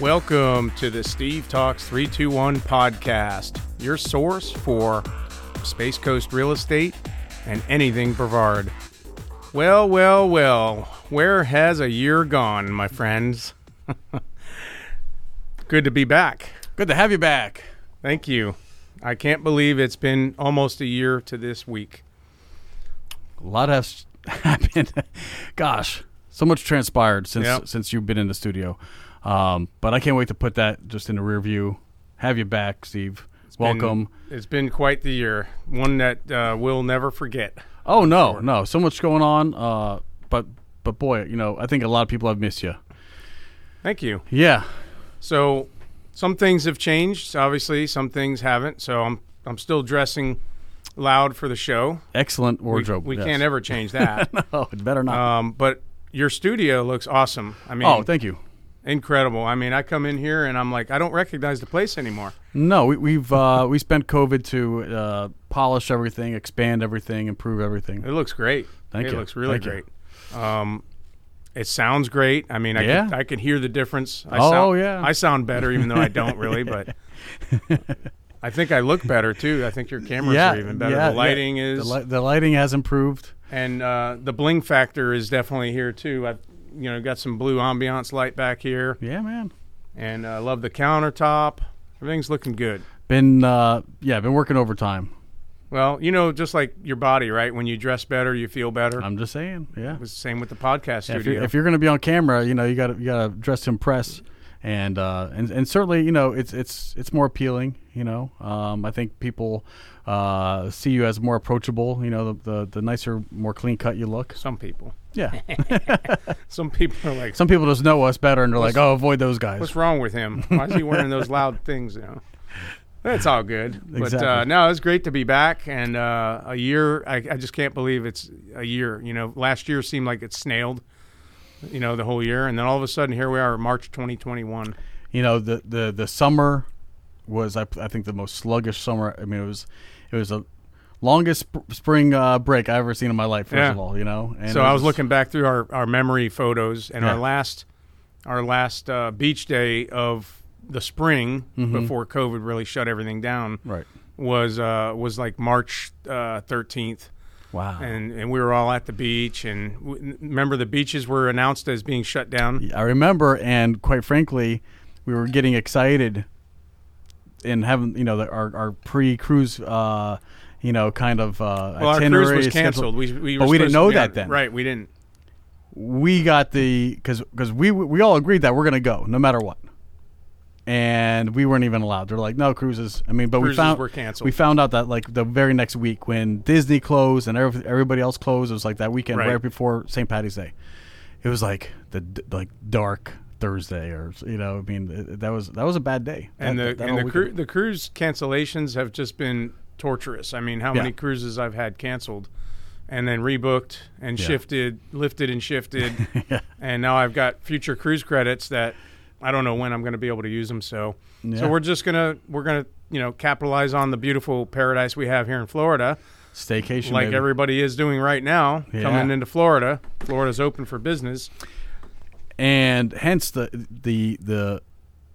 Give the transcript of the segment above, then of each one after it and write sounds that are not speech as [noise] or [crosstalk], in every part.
Welcome to the Steve Talks 321 podcast, your source for Space Coast real estate and anything Brevard. Well, well, well, where has a year gone, my friends? [laughs] Good to be back. Good to have you back. Thank you. I can't believe it's been almost a year to this week. A lot has [laughs] happened. Gosh, so much transpired since Yep. since you've been in the studio. Um, but I can't wait to put that just in the rear view. Have you back, Steve? Welcome. Been- it's been quite the year, one that uh, we'll never forget. oh no, no, so much going on. Uh, but but boy, you know, I think a lot of people have missed you. Thank you. Yeah, So some things have changed, obviously, some things haven't. So I'm I'm still dressing loud for the show. excellent We- wardrobe. We, yes. can't ever change that. [laughs] Oh, it better not. um, but your studio looks awesome. I mean, oh, thank you. incredible. I mean, I come in here and I'm like, I don't recognize the place anymore. No, we, we've uh, we spent COVID to uh, polish everything, expand everything, improve everything. It looks great. Thank it you. looks really Thank you. great. Um, it sounds great. I mean, I Yeah. could, I could hear the difference. I Oh, sound, yeah. I sound better even though I don't really, [laughs] but I think I look better too. I think your cameras are even better. yeah, the lighting yeah. is the, li- the lighting has improved. and uh, the bling factor is definitely here too. I've you know got some blue ambiance light back here, Yeah, man. and I love the countertop. Everything's looking good. Been uh, yeah, been working overtime. Well, you know, just like your body, right? When you dress better, you feel better. I'm just saying, yeah. It's the same with the podcast If studio. you're, if you're going to be on camera, you know you got to you got to dress to impress, and uh, and and certainly you know it's it's it's more appealing. You know, um, I think people uh, see you as more approachable. You know, the the, the nicer, more clean cut you look. some people, [laughs] Yeah, some people are like, some people just know us better, and they're like, oh, avoid those guys. What's wrong with him? Why is he wearing [laughs] those loud things? You know, that's all good. But uh, Exactly. no, it's great to be back. And uh, a year, I, I just can't believe it's a year. You know, last year seemed like it snailed. You know, the whole year, and then all of a sudden, here we are, March 2021. you know the the the summer was I, I think the most sluggish summer i mean it was it was the longest sp- spring uh, break i ever seen in my life first Yeah. of all you know and So it I was looking back through our, our memory photos, and our Yeah. last our last uh, beach day of the spring before COVID really shut everything down Mm-hmm. right was uh, was like March uh, 13th. wow and and we were all at the beach and w- remember the beaches were announced as being shut down i remember and quite frankly we were getting excited and having you know the, our, our pre-cruise uh you know kind of uh well our itinerary cruise was schedule. canceled we, we were But we didn't supposed know to be that on- then. right we didn't we got the because because we we all agreed that we're gonna go no matter what, and we weren't even allowed. They're like, no cruises. I mean, but Cruises we found were canceled. We found out that like the very next week when Disney closed and every, everybody else closed, it was like that weekend Right. right, before St. Patty's Day. It was like the d- like dark Thursday or you know I mean th- that was that was a bad day. and That- the that and whole the, weekend. cru- the cruise cancellations have just been torturous i mean how Yeah. many cruises i've had canceled and then rebooked and Yeah. shifted lifted and shifted [laughs] Yeah. and now i've got future cruise credits that i don't know when i'm going to be able to use them so Yeah. so we're just going to we're going to you know capitalize on the beautiful paradise we have here in florida staycation like baby. everybody is doing right now, Yeah. coming into Florida. Florida's open for business. and hence the the the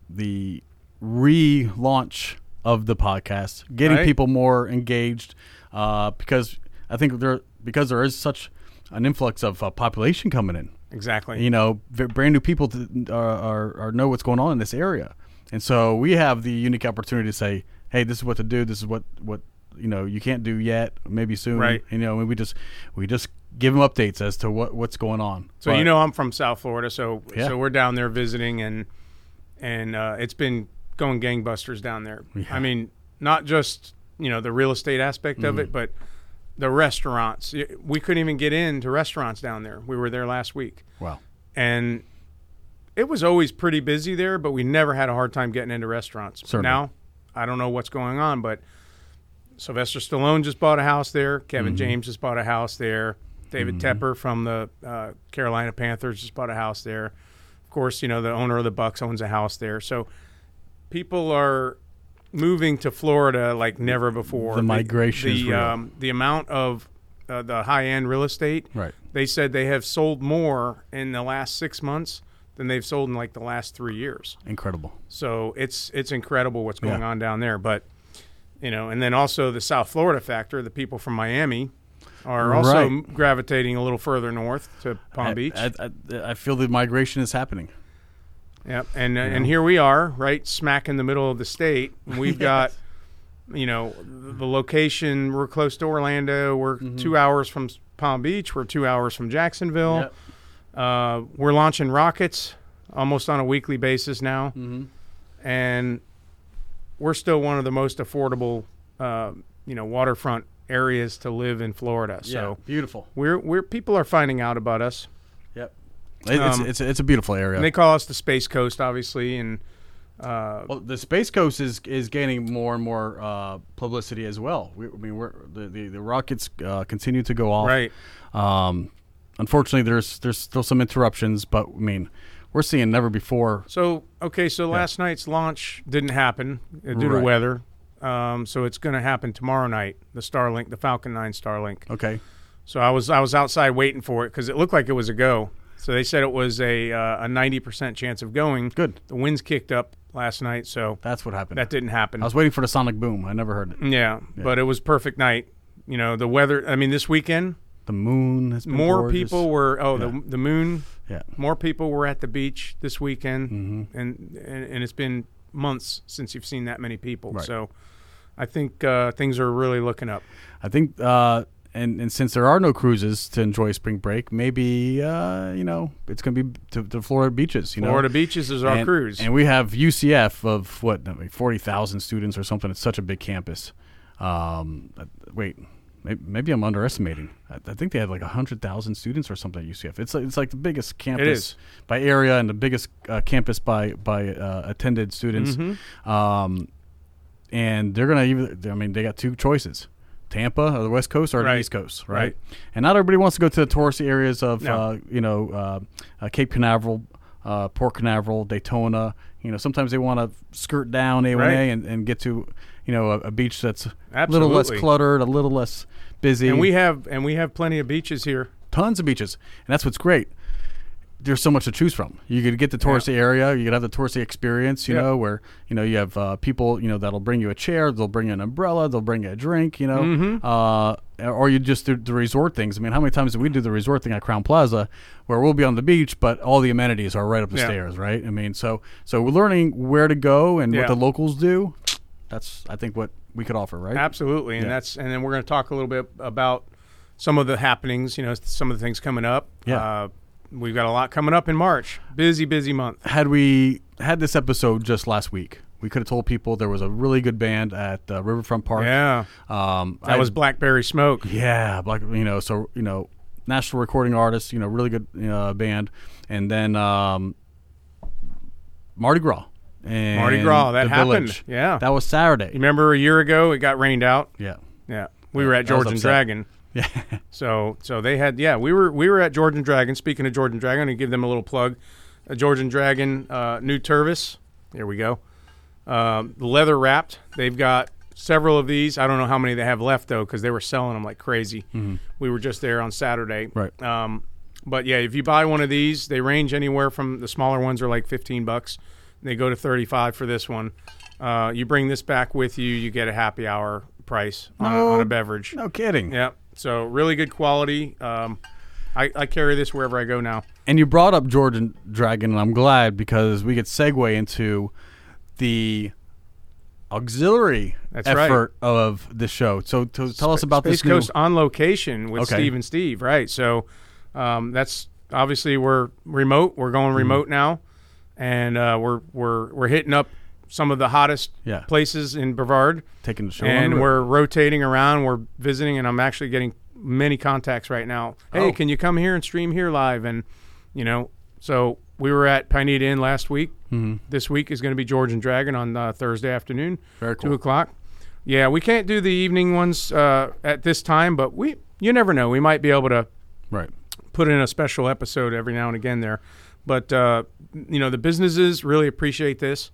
the relaunch of the podcast, getting Right. people more engaged, uh, because I think there because there is such an influx of uh, population coming in. Exactly. You know, v- brand new people to, are, are are know what's going on in this area, and so we have the unique opportunity to say, hey, this is what to do. This is what what you know you can't do yet, maybe soon. Right. You know, and we just we just give them updates as to what what's going on. so But- you know I'm from South Florida, so Yeah. so we're down there visiting, and and uh, it's been going gangbusters down there. I mean, not just you know the real estate aspect of Mm. it, but the restaurants. Y- We couldn't even get into restaurants down there. We were there last week, wow. and it was always pretty busy there, but we never had a hard time getting into restaurants. Certainly. Now, I don't know what's going on, but Sylvester Stallone just bought a house there. Kevin Mm-hmm. James just bought a house there. David Tepper from the uh, Carolina Panthers just bought a house there. Of course, you know the owner of the Bucks owns a house there, so people are moving to Florida like never before. The migration the is real. Um, the amount of uh, the high end real estate Right. they said they have sold more in the last six months than they've sold in like the last three years. Incredible. So it's it's incredible what's going Yeah. on down there. But you know, and then also the South Florida factor. The people from Miami are also Right. gravitating a little further north to Palm I- Beach. I, I- I feel the migration is happening. Yep. And and here we are, right smack in the middle of the state. And [laughs] We've got, you know, the location. We're close to Orlando. We're Mm-hmm. two hours from s- Palm Beach. We're two hours from Jacksonville. Uh, we're launching rockets almost on a weekly basis now, and we're still one of the most affordable, uh, you know, waterfront areas to live in Florida. So beautiful. we're we're people are finding out about us. Yep. it's, Um, it's, it's a beautiful area. And they call us the Space Coast, obviously, and Uh, Well, the Space Coast is is gaining more and more uh, publicity as well. We, I mean, we're, the, the the rockets uh, continue to go off. Right. Um, unfortunately, there's there's still some interruptions, but I mean, we're seeing never before. So okay, so last night's launch didn't happen uh, due to Right. weather. Um, so it's going to happen tomorrow night. The Starlink, the Falcon Nine Starlink. Okay. So I was I was outside waiting for it because it looked like it was a go. So they said it was a uh, a ninety percent chance of going. Good. The winds kicked up last night, so That's what happened. that didn't happen. I was waiting for the sonic boom. I never heard it. yeah, but it was perfect night. You know the weather. I mean, this weekend The moon has been more gorgeous. people were. Oh, Yeah. the the moon. Yeah. More people were at the beach this weekend, Mm-hmm. and, and and it's been months since you've seen that many people. Right. So, I think uh, things are really looking up. I think, uh, and and since there are no cruises to enjoy spring break, maybe uh, you know it's going to be to, to Florida beaches. You know, Florida beaches is our and, cruise. and we have UCF of what like forty thousand students or something. It's such a big campus. Um, uh, wait, maybe, maybe I'm underestimating. I, I think they have like hundred thousand students or something at UCF. It's like- it's like the biggest campus is. by area and the biggest uh, campus by by uh, attended students. Mm-hmm. Um, and they're gonna even. I mean, they got two choices. Tampa or the West Coast or Right. the East Coast, Right. right? And not everybody wants to go to the touristy areas of No. uh, you know uh, uh, Cape Canaveral, uh, Port Canaveral, Daytona. You know, sometimes they want to skirt down A1A Right. and, and get to you know a, a beach that's a little Absolutely. less cluttered, a little less busy. and we have and we have plenty of beaches here. tons of beaches, and that's what's great. There's so much to choose from. You could get the touristy area. You could have the touristy experience. You Yeah. know where you know you have uh, people. You know that'll bring you a chair. They'll bring you an umbrella. They'll bring you a drink. You know, Mm-hmm. uh, or you just do the resort things. I mean, how many times did we do the resort thing at Crown Plaza, where we'll be on the beach, but all the amenities are right up the Yeah. stairs, right? I mean, so so we're learning where to go and Yeah. what the locals do. That's I think what we could offer, right? Absolutely, and Yeah. that's and then we're going to talk a little bit about some of the happenings. You know, some of the things coming up. Yeah. Uh, we've got a lot coming up in March. Busy, busy month. had we had this episode just last week, we could have told people there was a really good band at uh, Riverfront Park. Yeah, um, that I- was Blackberry Smoke. yeah, like you know, so you know, national recording artist, you know, really good uh, band, and then um, Mardi Gras and Mardi Gras, that The happened. Village. Yeah. that was Saturday. Remember a year ago it got rained out. Yeah, Yeah, we were at I was George and upset. Dragon. yeah, [laughs] So so they had yeah we were we were at George and Dragon. Speaking of George and Dragon, and give them a little plug. Uh, George and Dragon uh, new Turvis. There we go. Um, leather wrapped. They've got several of these. I don't know how many they have left though because they were selling them like crazy. We were just there on Saturday. Mm-hmm. Right. Um, but yeah, if you buy one of these, they range anywhere from the smaller ones are like fifteen bucks. They go to thirty five for this one. Uh, you bring this back with you, you get a happy hour price on, a, on No. a beverage. no kidding. Yeah. So really good quality. Um, I, I carry this wherever I go now. And you brought up George and Dragon, and I'm glad because we could segue into the auxiliary That's right. effort of the show. So, to tell us about Space this new. Coast on location with Okay. Steve and Steve, right? So um, that's obviously we're remote. We're Mm-hmm. going remote now, and uh, we're we're we're hitting up some of the hottest Yeah. places in Brevard, taking the show. on the and road. we're rotating around. We're visiting, and I'm actually getting many contacts right now. Hey, Oh. can you come here and stream here live? And you know, so we were at Pineda Inn last week. Mm-hmm. This week is going to be George and Dragon on uh, Thursday afternoon, Very two cool. o'clock. Yeah, we can't do the evening ones uh, at this time, but we you never know. We might be able to right. put in a special episode every now and again there. But uh, you know, the businesses really appreciate this.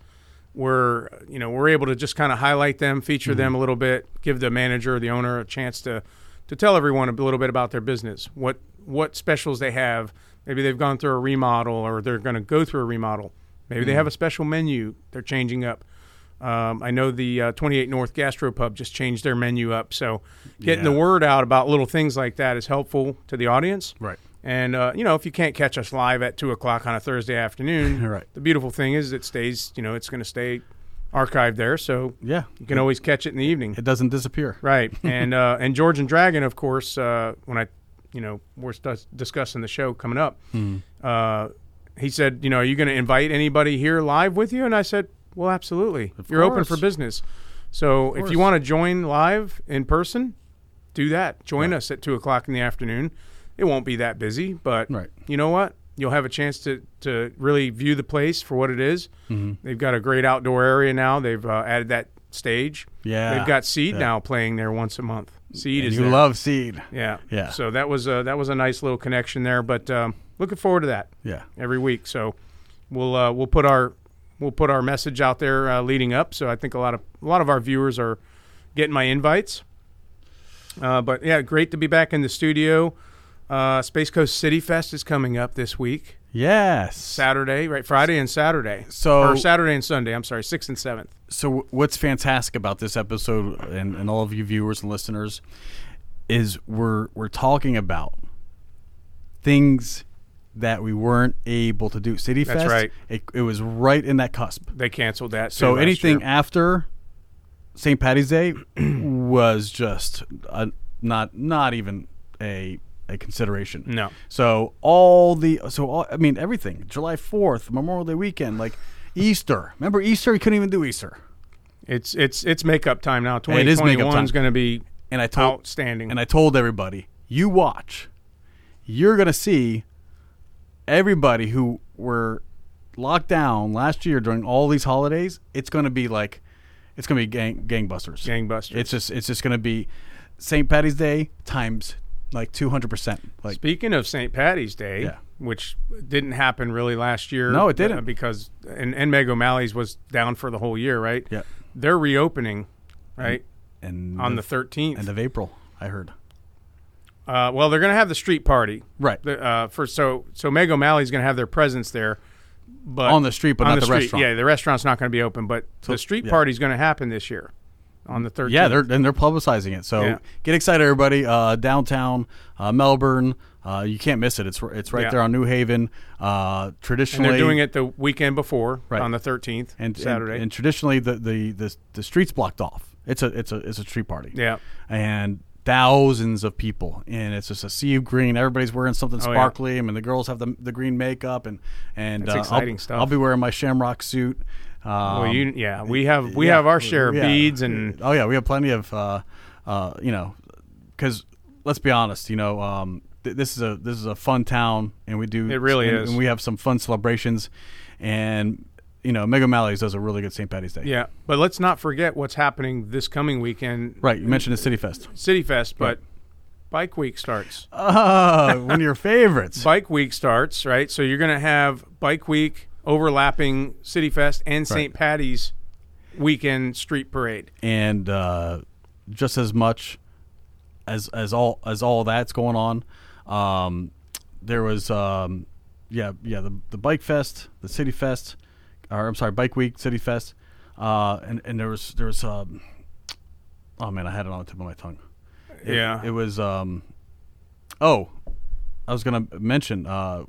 We're you know we're able to just kind of highlight them, feature them a little bit, give the manager, or the owner a chance to to tell everyone a little bit about their business, what what specials they have. They Maybe they've gone through a remodel or they're going to go through a remodel. Maybe they have a special menu they're changing up. Um, I know the uh, 28 North Gastro Pub just changed their menu up. So getting Yeah. the word out about little things like that is helpful to the audience. Right. And, uh, you know, if you can't catch us live at 2 o'clock on a Thursday afternoon, [laughs] Right. the beautiful thing is it stays, you know, it's going to stay archived there. So Yeah. you can always catch it in the evening. It [laughs] doesn't disappear. Right, and uh, and George and Dragon, of course. Uh, when I, you know, we're st- discussing the show coming up, Hmm. uh, he said, you know, are you going to invite anybody here live with you? And I said, well, absolutely. Of You're open course. for business, so if course. you want to join live in person, do that. Join us at two o'clock in the afternoon. It won't be that busy, but Right. you know what? You'll have a chance to, to really view the place for what it is. Mm-hmm. They've got a great outdoor area now. They've uh, added that stage. Yeah. They've got Seed Yeah. now playing there once a month. Seed And is you there. love seed. yeah, Yeah. So that was a, that was a nice little connection there. But um, looking forward to that Yeah. every week. So we'll uh, we'll put our we'll put our message out there uh, leading up. So I think a lot of a lot of our viewers are getting my invites. Uh, but yeah, great to be back in the studio. Uh, Space Coast City Fest is coming up this week, Yes. Saturday, right? Friday and Saturday. So- or Saturday and Sunday. I'm sorry, sixth and seventh. so what's fantastic about this episode and, and all of you viewers and listeners is we're we're talking about things that we weren't able to do. City That's Fest, right. It, it was right in that cusp. They canceled that. So too last anything year. after St. [clears throat] Patty's Day was just uh not not even a a consideration. No. So all the so all, I mean everything July Fourth Memorial Day weekend like Easter. Remember Easter? You couldn't even do Easter. it's it's it's makeup time now. It is makeup 2021 is time. going to be And I told outstanding. and I told everybody, you watch, you're gonna see everybody who were locked down last year during all these holidays. It's gonna be like, it's gonna be gang gangbusters. Gangbusters. It's just it's just gonna be St. Patty's Day times like two hundred percent. Like Speaking of St. Patty's Day, Yeah. which didn't happen really last year. No, it didn't. uh, because and, and Meg O'Malley's was down for the whole year, right? Yeah. They're reopening, right, and on the end thirteenth. of April, I heard. uh, well, they're going to have the street party, Right The, uh, for so so Meg O'Malley's going to have their presence there, but on the street, but on not the, street, restaurant. Yeah, the restaurant's not going to be open, but the street yeah. party's going to happen this year on the thirteenth. Yeah, they're and they're publicizing it. So Yeah. get excited, everybody! Uh, downtown uh, Melbourne, uh, you can't miss it. It's r- it's right Yeah. there on New Haven. Uh, and traditionally, they're doing it the weekend before Right. on the thirteenth and, and- Saturday. And, traditionally, the, the the the streets blocked off. It's a it's a it's a street party. yeah. and thousands of people, and it's just a sea of green. Everybody's wearing something Oh, yeah. sparkly. I mean, the girls have the the green makeup, and and That's uh, I'll- exciting I'll, stuff. be wearing my shamrock suit. Um, well, you yeah, we have we yeah, have our share of yeah. beads and oh yeah, we have plenty of uh, uh, you know, because let's be honest, you know, um, th- this is a this is a fun town, and we do It really and, is. and we have some fun celebrations, and you know, Mega Mally's does a really good St. Patty's Day. Yeah, but let's not forget what's happening this coming weekend. right. You mentioned the City Fest. [laughs] City Fest, but Bike Week starts. Ah, one of your favorites. Bike Week starts, right? So you're going to have Bike Week overlapping City Fest and St. Patty's weekend street parade. and uh, just as much as as all as all that's going on, um, there was um, yeah yeah the the bike fest, the city fest, or I'm sorry, bike week, city fest, uh, and and there was there was um, oh man, I had it on the tip of my tongue. It- Yeah. it was um, oh, I was gonna mention uh,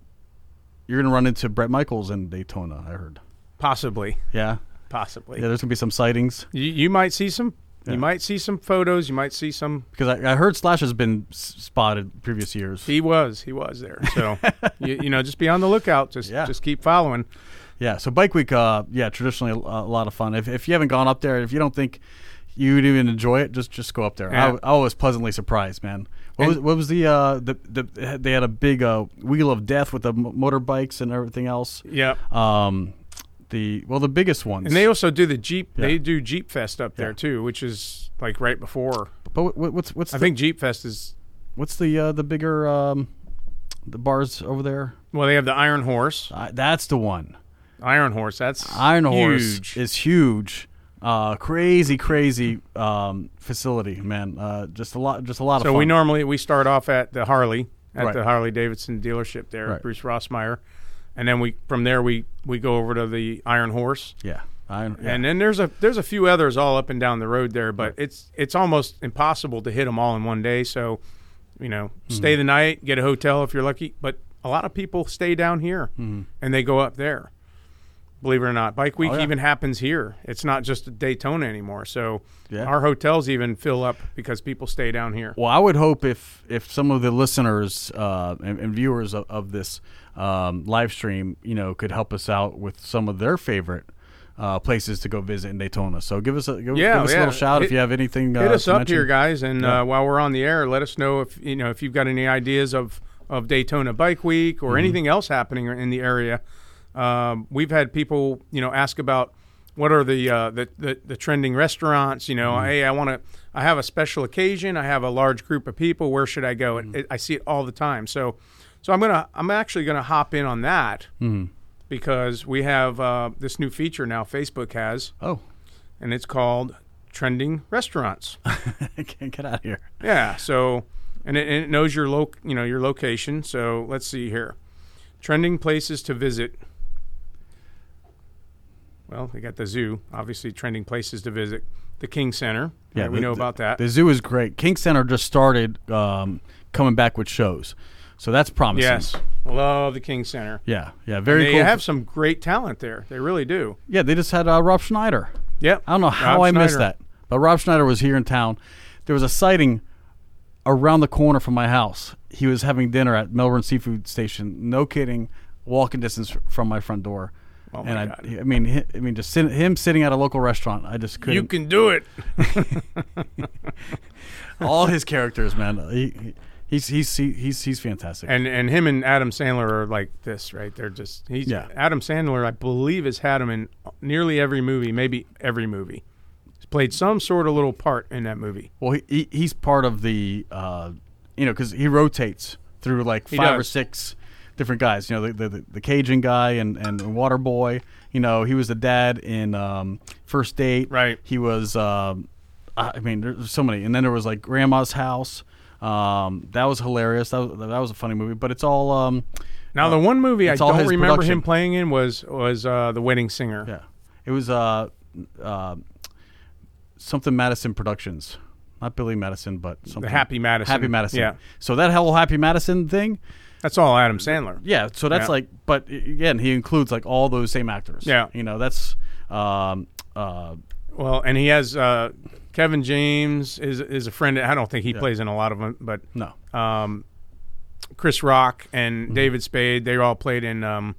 you're gonna run into Brett Michaels in Daytona. I heard. Possibly, Yeah, possibly. yeah. There's gonna be some sightings. You, you might see some. Yeah. You might see some photos. You might see some. because I, I heard Slash has been s- spotted previous years. He was. He was there. [laughs] So you, you know, just be on the lookout. Just Yeah. just keep following. Yeah, so Bike Week, uh, yeah, traditionally a, a lot of fun. If, if you haven't gone up there, if you don't think you'd even enjoy it, just just go up there. Yeah. I, I was pleasantly surprised, man. What And- was what was the uh the, the they had a big uh, wheel of death with the m- motorbikes and everything else. Yeah. Um, the well the biggest ones. And they also do the Jeep. Yeah. They do Jeep Fest up there Yeah. too, which is like right before. but what, what's what's I the, think Jeep Fest is what's the uh, the bigger um the bars over there? well. They have the Iron Horse. Uh, that's the one. Iron Horse. That's Iron huge. Horse is huge. Uh, crazy, crazy um, facility, man. Uh, just a lot, just a lot so of fun. we normally we start off at the Harley at Right. the Harley Davidson dealership there, Right. Bruce Rossmeyer, and then we from there we we go over to the Iron Horse, Yeah. I, yeah. and then there's a there's a few others all up and down the road there, but it's it's almost impossible to hit them all in one day. So, you know, Mm-hmm. stay the night, get a hotel if you're lucky. But a lot of people stay down here Mm-hmm. and they go up there. Believe it or not, Bike Week Oh, yeah. even happens here. It's not just Daytona anymore. So Yeah. our hotels even fill up because people stay down here. Well, I would hope if if some of the listeners uh, and, and viewers of, of this um, live stream, you know, could help us out with some of their favorite uh, places to go visit in Daytona. So give us a give, Yeah, give us yeah. a little shout if Hit- you have anything. Uh, Hit us to up mention. here, guys, and Yeah. uh, while we're on the air, let us know if you know if you've got any ideas of of Daytona Bike Week or Mm-hmm. anything else happening in the area. Um, we've had people, you know, ask about what are the uh, the, the the trending restaurants. You Mm-hmm. know, hey, I want to, I have a special occasion, I have a large group of people. Where should I go? It- Mm-hmm. It, I see it all the time. So, so I'm gonna, I'm actually gonna hop in on that Mm-hmm. because we have uh, this new feature now. Facebook has, Oh, [laughs] and it's called trending restaurants. can't get out of here. Yeah. So, and it, and it knows your loc, you know, your location. So let's see here, trending places to visit. Well, they got the zoo, obviously trending places to visit. The King Center. Yeah, we the- know the- about that. The zoo is great. King Center just started um, coming back with shows, so that's promising. yes, love the King Center. Yeah. Yeah. Very They cool. have some great talent there. They really do. yeah. They just had uh, Rob Schneider. Yep. I don't know how Rob I missed Schneider. that, but Rob Schneider was here in town. There was a sighting around the corner from my house. He was having dinner at Melbourne Seafood Station. No kidding, walking distance from my front door. Oh my and I, God. I mean, hi- I mean, just sit, him sitting at a local restaurant. I just couldn't. You can do it. all his characters, man. He, he's, he's he's he's fantastic. And and him and Adam Sandler are like this, right? They're just he's Yeah. Adam Sandler, I believe, has had him in nearly every movie, maybe every movie. He's played some sort of little part in that movie. Well, he, he he's part of the uh, you know because he rotates through like five or does. six different guys. You know the the, the Cajun guy and and Water Boy. You know he was the dad in um, First Date. Right. He was. Um, I I mean, there's so many. And then there was like Grandma's House. Um, that was hilarious. That was, that was a funny movie. But it's all um, Now the one movie I it's all don't his remember production. him playing in was was uh, The Wedding Singer. yeah. It was uh, uh, something Madison Productions. Not Billy Madison, but something. The Happy Madison. Happy Madison. Yeah. So that whole Happy Madison thing, That's all Adam Sandler. yeah. So that's Yeah. like, but i- again, he includes like all those same actors. Yeah. You know, that's um uh Well, and he has uh, Kevin James is is a friend. I don't think he plays in a lot of them, but no. um, Chris Rock and Mm-hmm. David Spade. They all played in um,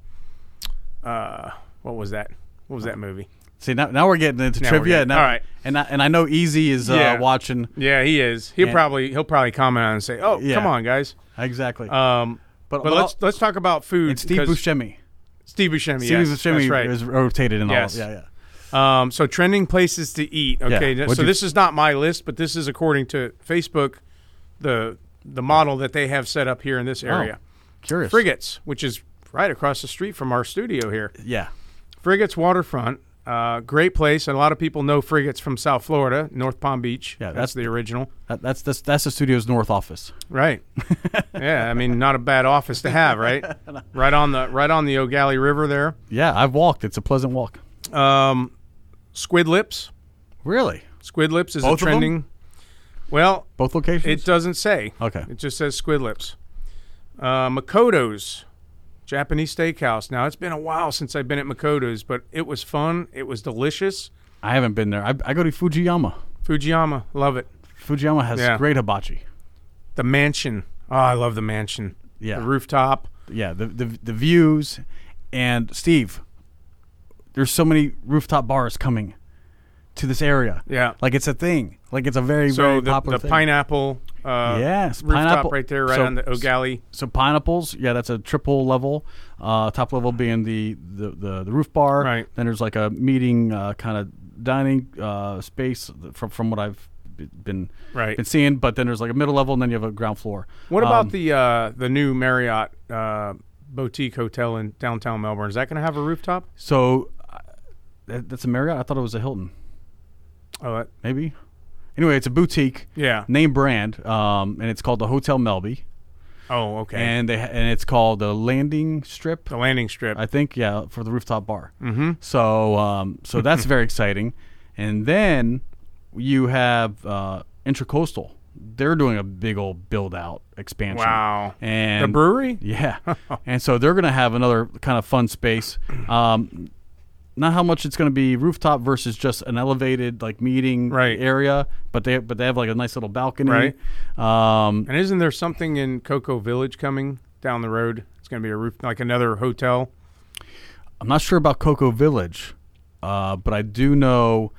uh, what was that? What was that movie? See now, now we're getting into Now we're trivia. getting- now, all right. And I, and I know Easy is uh, Yeah. watching Yeah, he is. He'll And- probably he'll probably comment on it and say, "Oh, Yeah. come on, guys." exactly. Um, but but let's let's talk about food. and Steve because- Buscemi. Steve Buscemi. Steve yes, Buscemi that's right. is rotated in Yes. all. Yeah, yeah. Um, so trending places to eat. Okay, Yeah. th- What'd so you- this is not my list, but this is according to Facebook, the the model that they have set up here in this Oh. area. Curious. Frigates, which is right across the street from our studio here. Yeah. Frigates Waterfront, uh, great place. And a lot of people know Frigates from South Florida, North Palm Beach. Yeah, that's- that's, the original. That, that's that's that's the studio's north office. Right. yeah, I mean, not a bad office to have, [laughs] right? Right on the right on the O'Galley River there. Yeah, I've walked. It's a pleasant walk. Um, Squid Lips. Really? Squid Lips is Both of a 'em? trending. Well, Both locations? It doesn't say. Okay. It just says squid lips. Uh, Makoto's Japanese steakhouse. Now it's been a while since I've been at Makoto's, but it was fun. It was delicious. I haven't been there. I, I go to Fujiyama. Fujiyama, love it. Fujiyama has Yeah. great hibachi. The mansion. Oh, I love the mansion. Yeah. The rooftop. Yeah, the, the the views and Steve. There's so many rooftop bars coming to this area. Yeah. Like it's a thing. Like it's a very So very the, popular the thing. pineapple. Uh, Yes, Rooftop pineapple- right there, right so- on the O'Galley. so pineapples, yeah, that's a triple level. Uh, top level being the, the, the, the roof bar. Right. Then there's like a meeting uh, kind of dining uh, space from from what I've b- been Right. been seeing. But then there's like a middle level, and then you have a ground floor. What Um, about the uh, the new Marriott uh, boutique hotel in downtown Melbourne? Is that going to have a rooftop? So uh, that, that's a Marriott. I thought it was a Hilton. Oh, that- Maybe. Anyway, it's a boutique yeah. name brand, um, and it's called the Hotel Melby. Oh, okay. and they and it's called the landing strip. the landing strip. I think yeah for the rooftop bar. Mm-hmm. So um, [laughs] so that's very exciting, and then you have uh, Intracoastal. They're doing a big old build out expansion. Wow. And the brewery? [laughs] yeah, and so they're going to have another kind of fun space. Um, not how much it's going to be rooftop versus just an elevated like meeting Right. area, but they but they have like a nice little balcony. Right. Um, And isn't there something in Cocoa Village coming down the road? It's going to be a roof, like another hotel. I'm not sure about Cocoa Village, uh, but I do know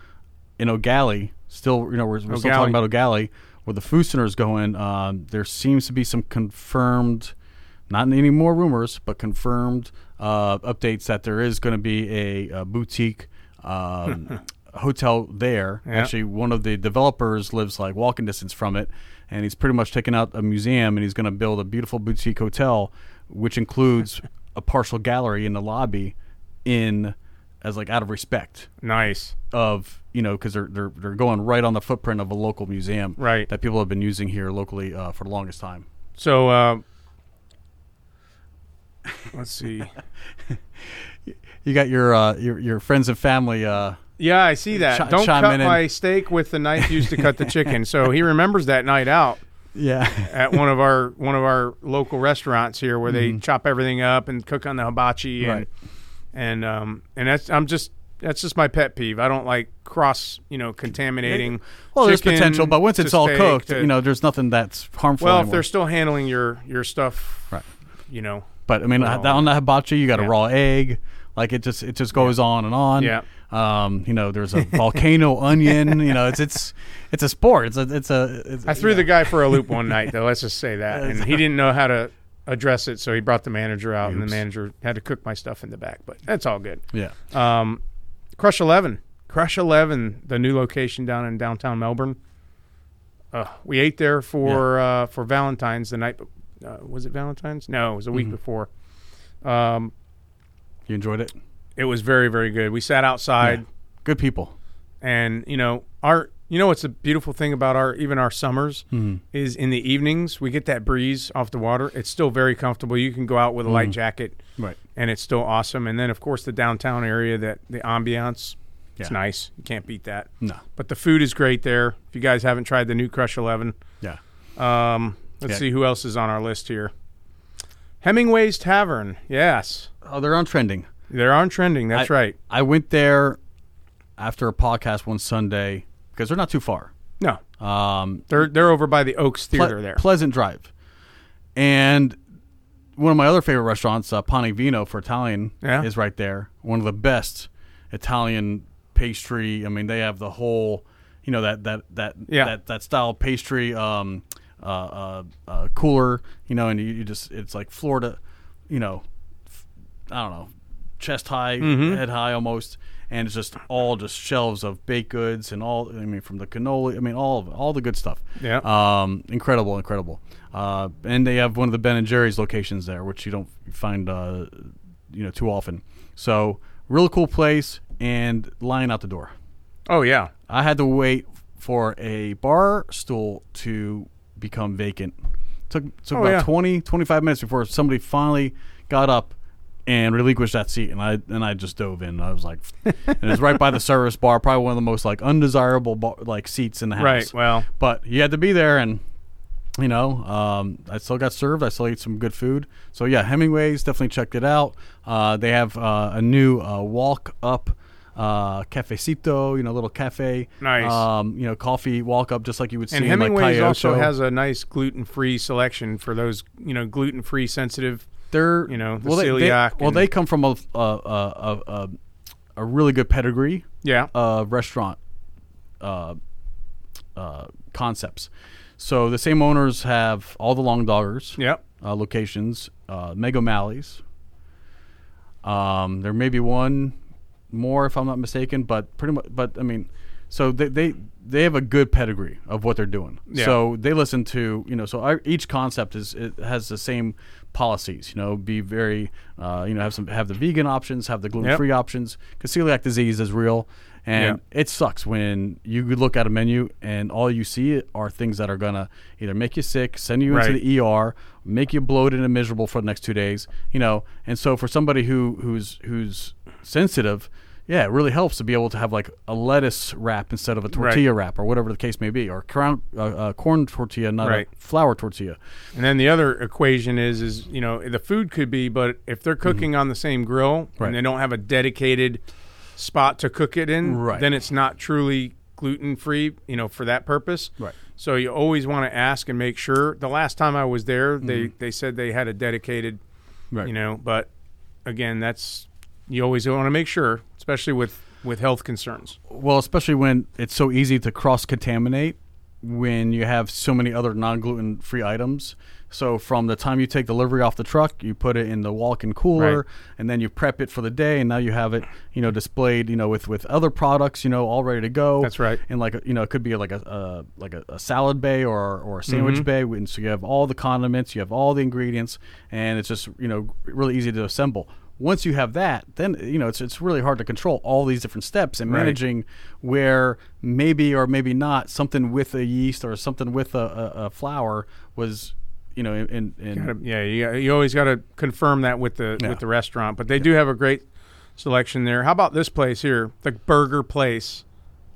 in O'Galley. Still, you know, we're, we're still O'Galley. talking about O'Galley, where the Foosener is going. Um, there seems to be some confirmed, not any more rumors, but confirmed uh, updates that there is going to be a, a boutique um, hotel there. Actually, one of the developers lives like walking distance from it, and he's pretty much taken out a museum and he's going to build a beautiful boutique hotel, which includes a partial gallery in the lobby, in as like out of respect Nice. of you know because they're, they're they're going right on the footprint of a local museum Right. that people have been using here locally uh, for the longest time. So, uh, let's see. You got your uh, your your friends and family. Uh, Yeah, I see that. Chi- Don't chime cut in and- my steak with the knife used to cut the chicken. So he remembers that night out yeah, [laughs] at one of our one of our local restaurants here, where they chop everything up and cook on the hibachi, and Mm-hmm. Right. and um and that's I'm just that's just my pet peeve. I don't like cross you know contaminating. well, there's chicken potential, but once to it's all steak cooked, to- you know, there's nothing that's harmful. Well, if anymore. they're still handling your your stuff, Right. You know, But I mean, Raw. that- on the hibachi, you got Yeah. a raw egg. Like it just it just goes on and on. Yeah. Um, you know, [laughs] there's a volcano onion. You know, it's it's it's a sport. It's a it's a. It's, I threw the guy for a loop one night, though. Let's just say that, and he didn't know how to address it, so he brought the manager out, and the Oops. manager had to cook my stuff in the back. But that's all good. yeah. Um, Crush Eleven, Crush Eleven, the new location down in downtown Melbourne. Uh, we ate there for uh, for Valentine's the night. be- Uh, was it Valentine's? No, it was a week before. Um, You enjoyed it. it was very very good. We sat outside. Good people. and you know our you know what's a beautiful thing about our even our summers Hmm. is in the evenings we get that breeze off the water it's still very comfortable you can go out with a Hmm. light jacket Right. and it's still awesome and then of course the downtown area that the ambiance it's Yeah. nice you can't beat that No. but the food is great there if you guys haven't tried the new crush 11 Yeah. um, let's Yeah. see who else is on our list here hemingway's tavern yes Oh, they're on trending. they're on trending that's I- right I went there after a podcast one Sunday because they're not too far. no Um, they're they're over by the oaks Ple- theater there Pleasant Drive, and one of my other favorite restaurants, uh, Pane Vino for Italian, Yeah. is right there. One of the best Italian pastry. I mean, they have the whole, you know, that that that Yeah. that, that style pastry um, uh, uh, uh, cooler. You know, and you, you just it's like Florida, you know, f- I don't know, chest high, head high almost. And it's just all just shelves of baked goods and all. I mean, from the cannoli. I mean, all of all the good stuff. Yeah. Um, incredible, incredible. Uh, and they have one of the Ben and Jerry's locations there, which you don't find, uh, you know, too often. So really cool place and line out the door. oh yeah I had to wait for a bar stool to become vacant. Took took Oh, about yeah. twenty, twenty five 20, 25 minutes before somebody finally got up and relinquished that seat, and I and I just dove in. I was [laughs] like, and it was right by the service bar, probably one of the most like undesirable bar, like seats in the house. Right. Well, but you had to be there and you know um, i still got served i still ate some good food so yeah hemingway's definitely checked it out uh, they have uh, a new uh, walk up uh, cafecito you know little cafe Nice. um, you know coffee walk up just like you would see and in like Hemingway's Cayo also Show. has a nice gluten-free selection for those, you know, gluten-free sensitive. they're you know, the well, they, they- celiac well and- they come from a a, a, a, a really good pedigree Yeah. uh, restaurant uh, uh, concepts. So the same owners have all the Long Doggers yep. uh, locations, uh, Meg O'Malley's. Um, there may be one more if I'm not mistaken, but pretty much. But I mean, so they, they they have a good pedigree of what they're doing. Yeah. So they listen to you know. So our, each concept is it has the same policies. You know, be very uh, you know have some have the vegan options, have the gluten free options because celiac disease is real. And it sucks when you look at a menu and all you see are things that are gonna either make you sick, send you into Right. the ER, make you bloated and miserable for the next two days, you know. And so for somebody who who's who's sensitive, yeah, it really helps to be able to have like a lettuce wrap instead of a tortilla wrap or whatever the case may be, or crown, uh, uh, corn tortilla, not Right. a flour tortilla. And then the other equation is is you know the food could be, but if they're cooking on the same grill Mm-hmm. Right. and they don't have a dedicated spot to cook it in, Right. then it's not truly gluten free. You know, for that purpose. Right. So you always want to ask and make sure. The last time I was there, they they said they had a dedicated, Mm-hmm. Right. you know, but again, that's you always want to make sure, especially with with health concerns. Well, especially when it's so easy to cross contaminate when you have so many other non gluten free items. So from the time you take delivery off the truck, you put it in the walk-in cooler, Right. and then you prep it for the day, and now you have it, you know, displayed, you know, with with other products, you know, all ready to go. That's right. And like, you know, it could be like a, a like a, a salad bay or or a sandwich Mm-hmm. bay, and so you have all the condiments, you have all the ingredients, and it's just you know really easy to assemble. Once you have that, then you know it's it's really hard to control all these different steps and managing packaging where maybe or maybe not something with a yeast or something with a, a, a flour was, you know, in, in, Gotta- yeah, you, you always got to confirm that with the Yeah. with the restaurant, but they do have a great selection there. How about this place here, the Burger Place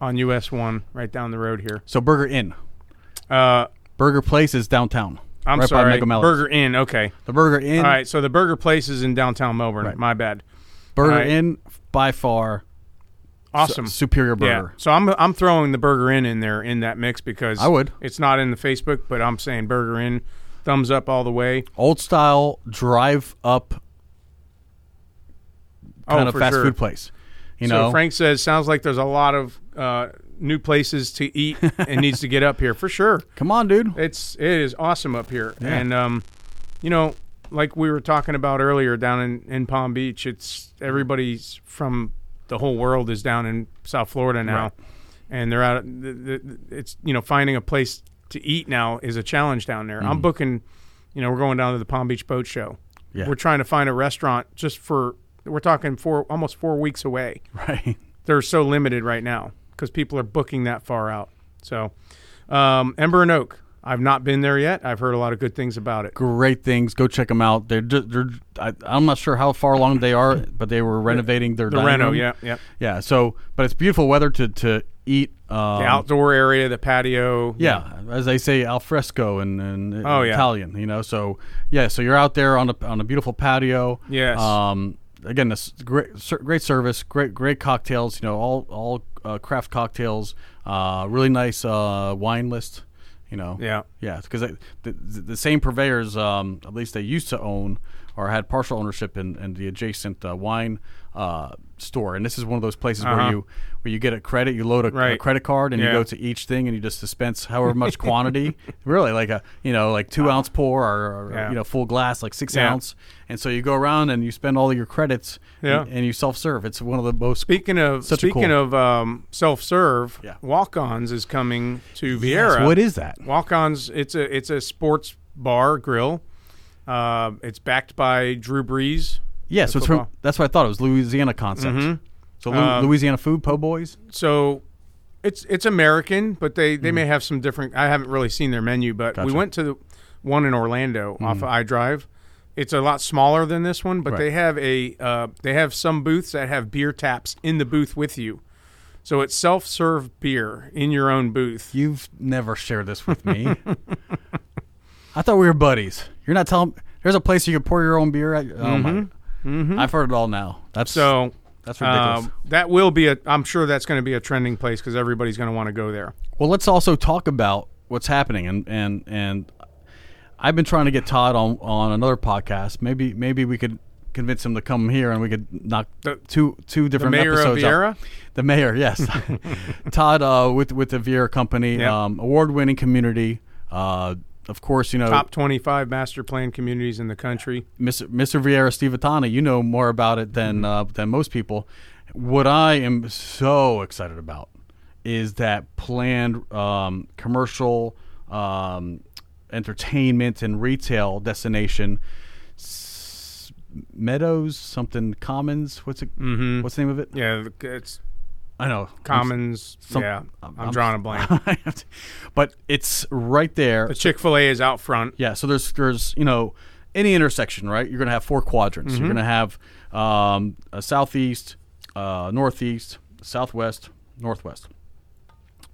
on US One, right down the road here. so Burger Inn, Uh, Burger Place is downtown. I'm right by sorry, Mega Mellows. Burger Inn. Okay, The Burger Inn, all right. So the Burger Place is in downtown Melbourne. My bad. Burger all right. Inn, by far s- Awesome. superior yeah. burger. So I'm I'm throwing the Burger Inn in there in that mix because I would. It's not in the Facebook, but I'm saying Burger Inn, thumbs up all the way. Old style drive up kind oh, of for fast sure. food place. You so know, Frank says, sounds like there's a lot of uh, new places to eat and needs to get up here for sure. come on, dude. It's it is awesome up here, and um, you know, like we were talking about earlier down in, in Palm Beach, it's everybody's from the whole world is down in South Florida now, and they're out. The, the, it's you know finding a place to eat now is a challenge down there. Mm-hmm. I'm booking, you know, we're going down to the Palm Beach Boat Show. Yeah. We're trying to find a restaurant just for. We're talking four almost four weeks away Right. they're so limited right now because people are booking that far out. So, um, Ember and Oak. I've not been there yet. I've heard a lot of good things about it. great things. Go check them out. They're just, they're I, I'm not sure how far along they are, but they were renovating their The dining reno, room. yeah, yeah. yeah. So, but it's beautiful weather to to eat. Um, The outdoor area, the patio. yeah, as they say, al fresco and, and Oh, yeah. Italian. You know, so yeah, so you're out there on a on a beautiful patio. Yes. Um, again, this great ser- great service, great great cocktails. You know, all all uh, craft cocktails. Uh, really nice uh, wine list. You know. Yeah. Yeah, because the, the the same purveyors, um, at least they used to own or had partial ownership in, in the adjacent uh, wine uh, store, and this is one of those places where Uh-huh. you where you get a credit, you load a, a Right. credit card, and you Yeah. go to each thing, and you just dispense [laughs] however much quantity, really like a you know like two ounce pour or, or, Yeah. you know full glass like six Yeah. ounce, and so you go around and you spend all your credits, Yeah. and, and you self serve. It's one of the most Speaking of Such a speaking cool- of um, self serve, Yeah. Walk-Ons is coming to Yes, Vieira. what is that? Walk-Ons. It's a it's a sports bar grill. Uh, it's backed by Drew Brees. Yeah, so it's from, football. that's what I thought it was Louisiana concept. Mm-hmm. So Lu- Um, Louisiana food, po' boys. so it's it's American, but they they Mm. may have some different. I haven't really seen their menu, but we went to the one in Orlando off Mm. of I Drive. It's a lot smaller than this one, but they have a uh, they have some booths that have beer taps in the booth with you. So it's self serve beer in your own booth. You've never shared this with [laughs] me. I thought we were buddies. You're not telling. There's a place you can pour your own beer at. Oh my! I've heard it all now. That's Mm-hmm. So That's ridiculous. um, that will be a. I'm sure that's going to be a trending place because everybody's going to want to go there. Well, let's also talk about what's happening, and and and I've been trying to get Todd on on another podcast. Maybe maybe we could convince him to come here, and we could knock The- two two different mayor of episodes. out. Vieira? the mayor, [laughs] yes, [laughs] Todd uh, with with the Vieira Company, Yep. um, award winning community. Uh, of course, you know Top 25 master plan communities in the country. Mr. Mr. Vieira Stevatana, you know Mm-hmm. more about it than uh, than most people. What I am so excited about is that planned um, commercial um, entertainment and retail destination. S- Meadows, something Commons. What's it? Mhm. What's the name of it? Yeah, the- it's I know Commons. some- yeah, I'm- I'm, I'm- drawing a blank. I have to- [laughs] but it's right there. The Chick Fil A is out front. Yeah, so there's there's you know any intersection, right? You're gonna have four quadrants. You're gonna have um, a southeast, uh, northeast, southwest, northwest.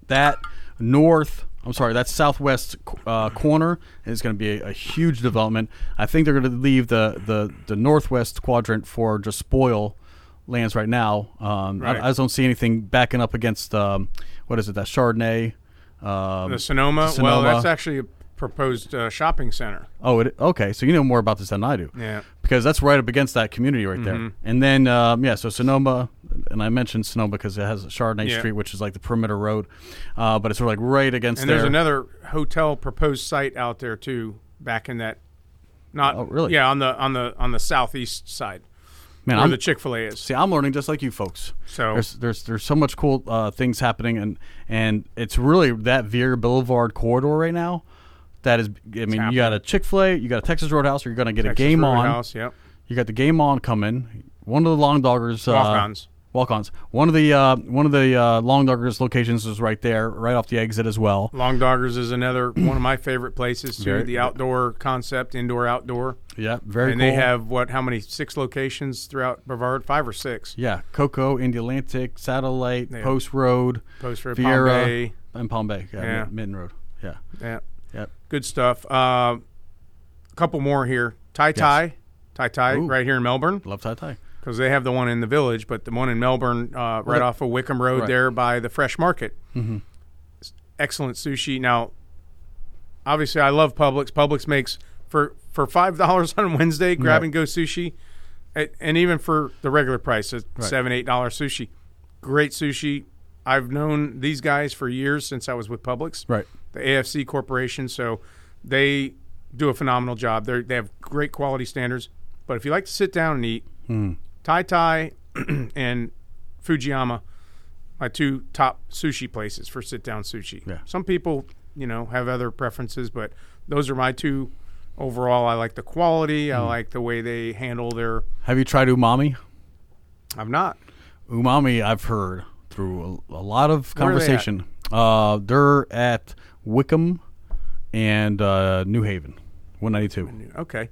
That north, I'm sorry, that southwest uh, corner is going to be a, a huge development. I think they're going to leave the, the the northwest quadrant for just spoil lands right now. Um, I- Right. I, just don't see anything backing up against um, what is it that Chardonnay. Um, The Sonoma. Well, Sonoma. that's actually a proposed uh, shopping center. Oh, it, okay. So you know more about this than I do. Yeah. Because that's right up against that community right there. Mm-hmm. And then, um, yeah, so Sonoma, and I mentioned Sonoma because it has Chardonnay Yeah. Street, which is like the perimeter road, uh, but it's sort of like right against And there. there's another hotel proposed site out there too, back in that. Not Oh, really? Yeah, on the on the on the southeast side Man, where I'm, the Oh. Chick Fil A is. see, I'm learning just like you folks. So There's there's there's so much cool uh, things happening, and and it's really that Veer Boulevard corridor right now. That is, I mean, you got a Chick Fil A, you got a Texas Roadhouse, or you're gonna get Texas a game on. Roadhouse, Yep. You got the game on coming. One of the long doggers. Uh, Walk-ons. Walk-ons. One of the uh, one of the uh, long doggers locations is right there, right off the exit as well. Long Doggers is [clears throat] another one of my favorite places too. Very- the outdoor concept, indoor outdoor, Yeah, very. and cool. they have what? How many? Six locations throughout Brevard, five or six. yeah, Coco, Indy Atlantic, Satellite, Yeah. Post Road, Post Road, Palm Vieira, Bay. and Palm Bay. Yeah, Yeah. Mid- Mitten Road. Yeah, Yeah, yep. good stuff. A uh, couple more here. Tai Tai, Tai Tai, Ooh. right here in Melbourne, Love Tai Tai. because they have the one in the village, but the one in Melbourne, uh, right the- off of Wickham Road, right. Mm-hmm. there by the Fresh Market. S- Excellent sushi. Now, obviously, I love Publix. Publix makes for for five [laughs] dollars on Wednesday grab Right. and go sushi, a- and even for the regular price, it's seven eight dollar sushi. Great sushi. I've known these guys for years since I was with Publix Right. the AFC Corporation. So they do a phenomenal job. They they have great quality standards. But if you like to sit down and eat, Hmm. Tai Tai [clears throat] and Fujiyama, my two top sushi places for sit down sushi. Yeah. Some people, you know, have other preferences, but those are my two. Overall, I like the quality. Hmm. I like the way they handle their. Have you tried Umami? I'm not. Umami, I've heard through a, a lot of Where are they at? conversation. Uh, they're at Wickham and uh, New Haven, 192. Okay.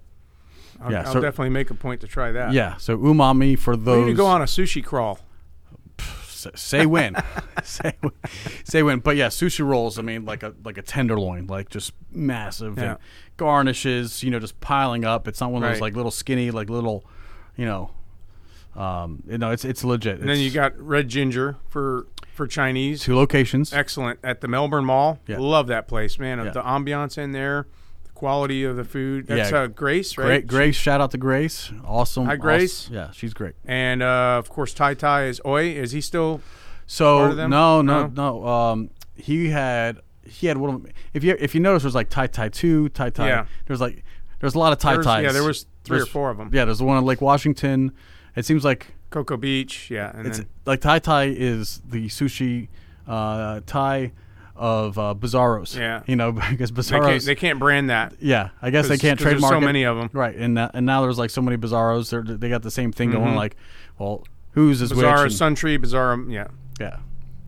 I'll, Yeah, I'll so- definitely make a point to try that. Yeah, so Umami for We those. need to go on a sushi crawl. S- say when, [laughs] say, when. say when. But yeah, sushi rolls. I mean, like a like a tenderloin, like just massive Yeah. and garnishes. You know, just piling up. It's not one of those Right. like little skinny, like little, you know. Um, you know, it's it's legit. And then you got red ginger for for Chinese. two locations. excellent at the Melbourne Mall. Yeah. Love that place, man. Yeah. The ambiance in there, the quality of the food. That's Yeah. uh, Grace, right? Great, Grace. Shout out to Grace. Awesome. Hi, awes- Grace. Yeah, she's great. And uh, of course, Tai Tai is Oi. Is he still? So of them? no, no, no. Um, he had he had one. Of, if you if you notice, there's like tie tie two, tie tie. Yeah. There's like there's a lot of tie There's- ties. yeah, there was three or There's- four of 'em. Yeah, there's the one on Lake Washington. It seems like Cocoa Beach, yeah. And it's then, like tie tie is the sushi uh, tie of uh, Bizarros. Yeah. you know [laughs] because they, Bizarros. can't, they can't brand that. yeah, I guess they 'Cause- can't 'cause there's trademark. so it. many of 'em. right? And that, and now there's like so many Bizarros. They're, they got the same thing going. Like, well, who's this? which? Mm-hmm. Bizarro And- Suntree, Bizarro, yeah. yeah,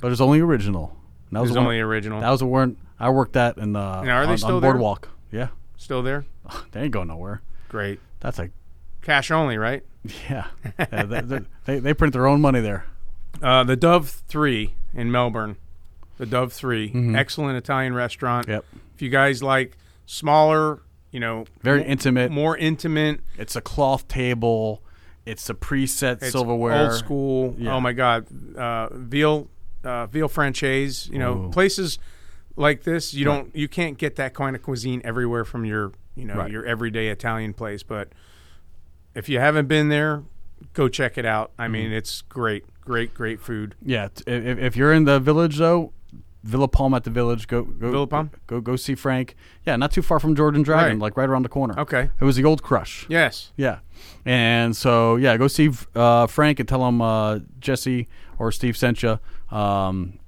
but it's only original. And That was It's the one- only original. that was a warrant. I worked that in the on, are they on still there? boardwalk. still there? Yeah, [laughs] they ain't going nowhere. Great. That's like Cash only, right? yeah, Yeah, they, they- they they print their own money there. Uh, the Dove Three in Melbourne. The Dove 3 Mm-hmm. excellent Italian restaurant. Yep. If you guys like smaller, you know, Very mo- intimate. more intimate, It's a cloth table. It's a preset It's silverware. old school. Yeah. Oh my God, uh, veal, uh, veal franchise. You know, Ooh. places like this, you don't, you can't get that kind of cuisine everywhere from your, you know, Right. your everyday Italian place. But if you haven't been there, go check it out. Mm-hmm. I mean, it's great, great, great food. Yeah. t- If, if you're in the village though, Villa Palm at the village. Go go Villa Palm? Go go see Frank. Yeah, not too far from Jordan Dragon, Right. like right around the corner. Okay. It was the old Crush. Yes. Yeah. And so, yeah, go see uh, Frank and tell him uh, Jesse or Steve sent you. Um,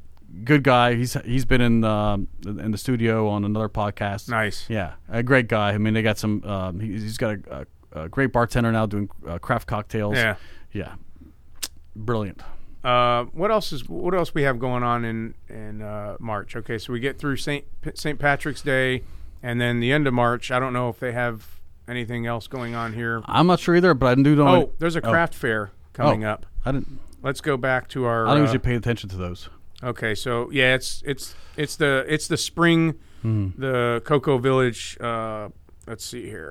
good guy. He's he's been in um, in the studio on another podcast. Nice. Yeah, a great guy. I mean, they got some. Um, he's, he's got a, a, a great bartender now doing uh, craft cocktails. Yeah. yeah, brilliant. Uh, what else is what else we have going on in in uh, March? Okay, so we get through Saint Saint Patrick's Day, and then the end of March. I don't know if they have anything else going on here. I'm not sure either, but I do know. Oh, there's a craft fair coming Oh. up. I didn't. Let's go back to our. I don't uh, usually pay attention to those. Okay, so yeah, it's it's it's the it's the spring, the Cocoa Village. Uh, let's see here.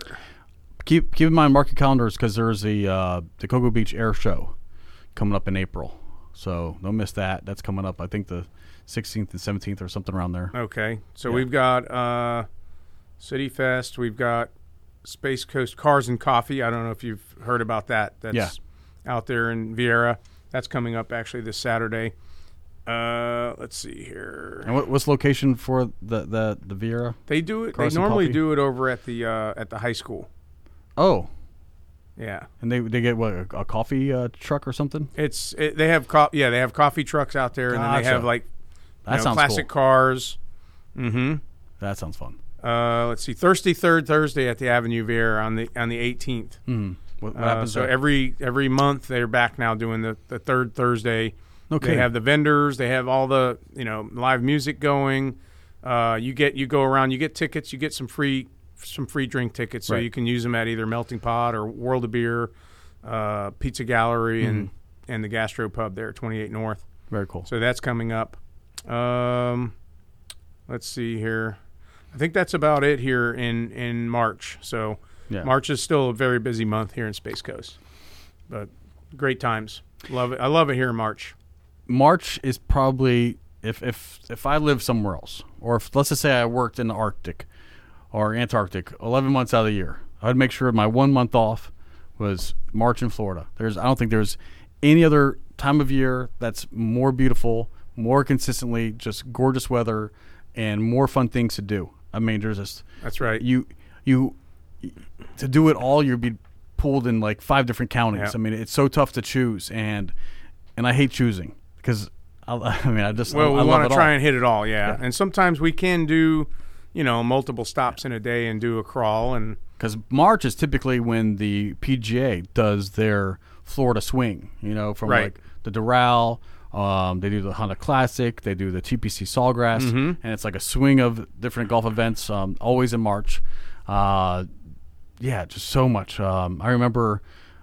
Keep keep in mind mark your calendars because there's the uh, the Cocoa Beach Air Show coming up in April, so don't miss that. That's coming up. I think the 16th and 17th or something around there. Okay, so we've got uh, City Fest. We've got Space Coast Cars and Coffee. I don't know if you've heard about that. That's Yeah. out there in Vieira. That's coming up actually this Saturday. Uh, let's see here. And what, what's location for the the the Vieira? They do it. Cars they and normally Coffee? do it over at the uh, at the high school. Oh, Yeah, and they they get what a, a coffee uh, truck or something. it's it, they have co- yeah they have coffee trucks out there, and then they Gotcha. have like you That know, sounds classic cool. cars. Mm-hmm. That sounds fun. Uh, let's see, Thursday, third Thursday at the Avenue Vieira on the on the 18th. Mm. What, what Uh, happens so there? every every month they're back now doing the, the third Thursday. Okay. They have the vendors. They have all the you know live music going. Uh, you get you go around. You get tickets. You get some free some free drink tickets, so Right. you can use them at either Melting Pot or World of Beer, uh, Pizza Gallery, Mm-hmm. and and the Gastro Pub there, 28 North. Very cool. So that's coming up. Um, let's see here. I think that's about it here in in March. So Yeah. March is still a very busy month here in Space Coast, but great times. Love it. I love it here in March. March is probably if if if I live somewhere else, or if let's just say I worked in the Arctic or Antarctic, eleven months out of the year, I'd make sure my one month off was March in Florida. There's I don't think there's any other time of year that's more beautiful, more consistently just gorgeous weather, and more fun things to do. I mean, there's just That's right. you you to do it all you'd be pulled in like five different counties Yeah. i mean it's so tough to choose and and i hate choosing because i, [laughs] I mean i just well, I, we want to try and hit it all, yeah. And sometimes we can do, you know, multiple stops in a day and do a crawl and because march is typically when the pga does their florida swing you know from Right. like the doral um, they do the Honda Classic. They do the TPC Sawgrass, and it's like a swing of different golf events. Um, always in March. Uh, yeah, just so much. Um, I remember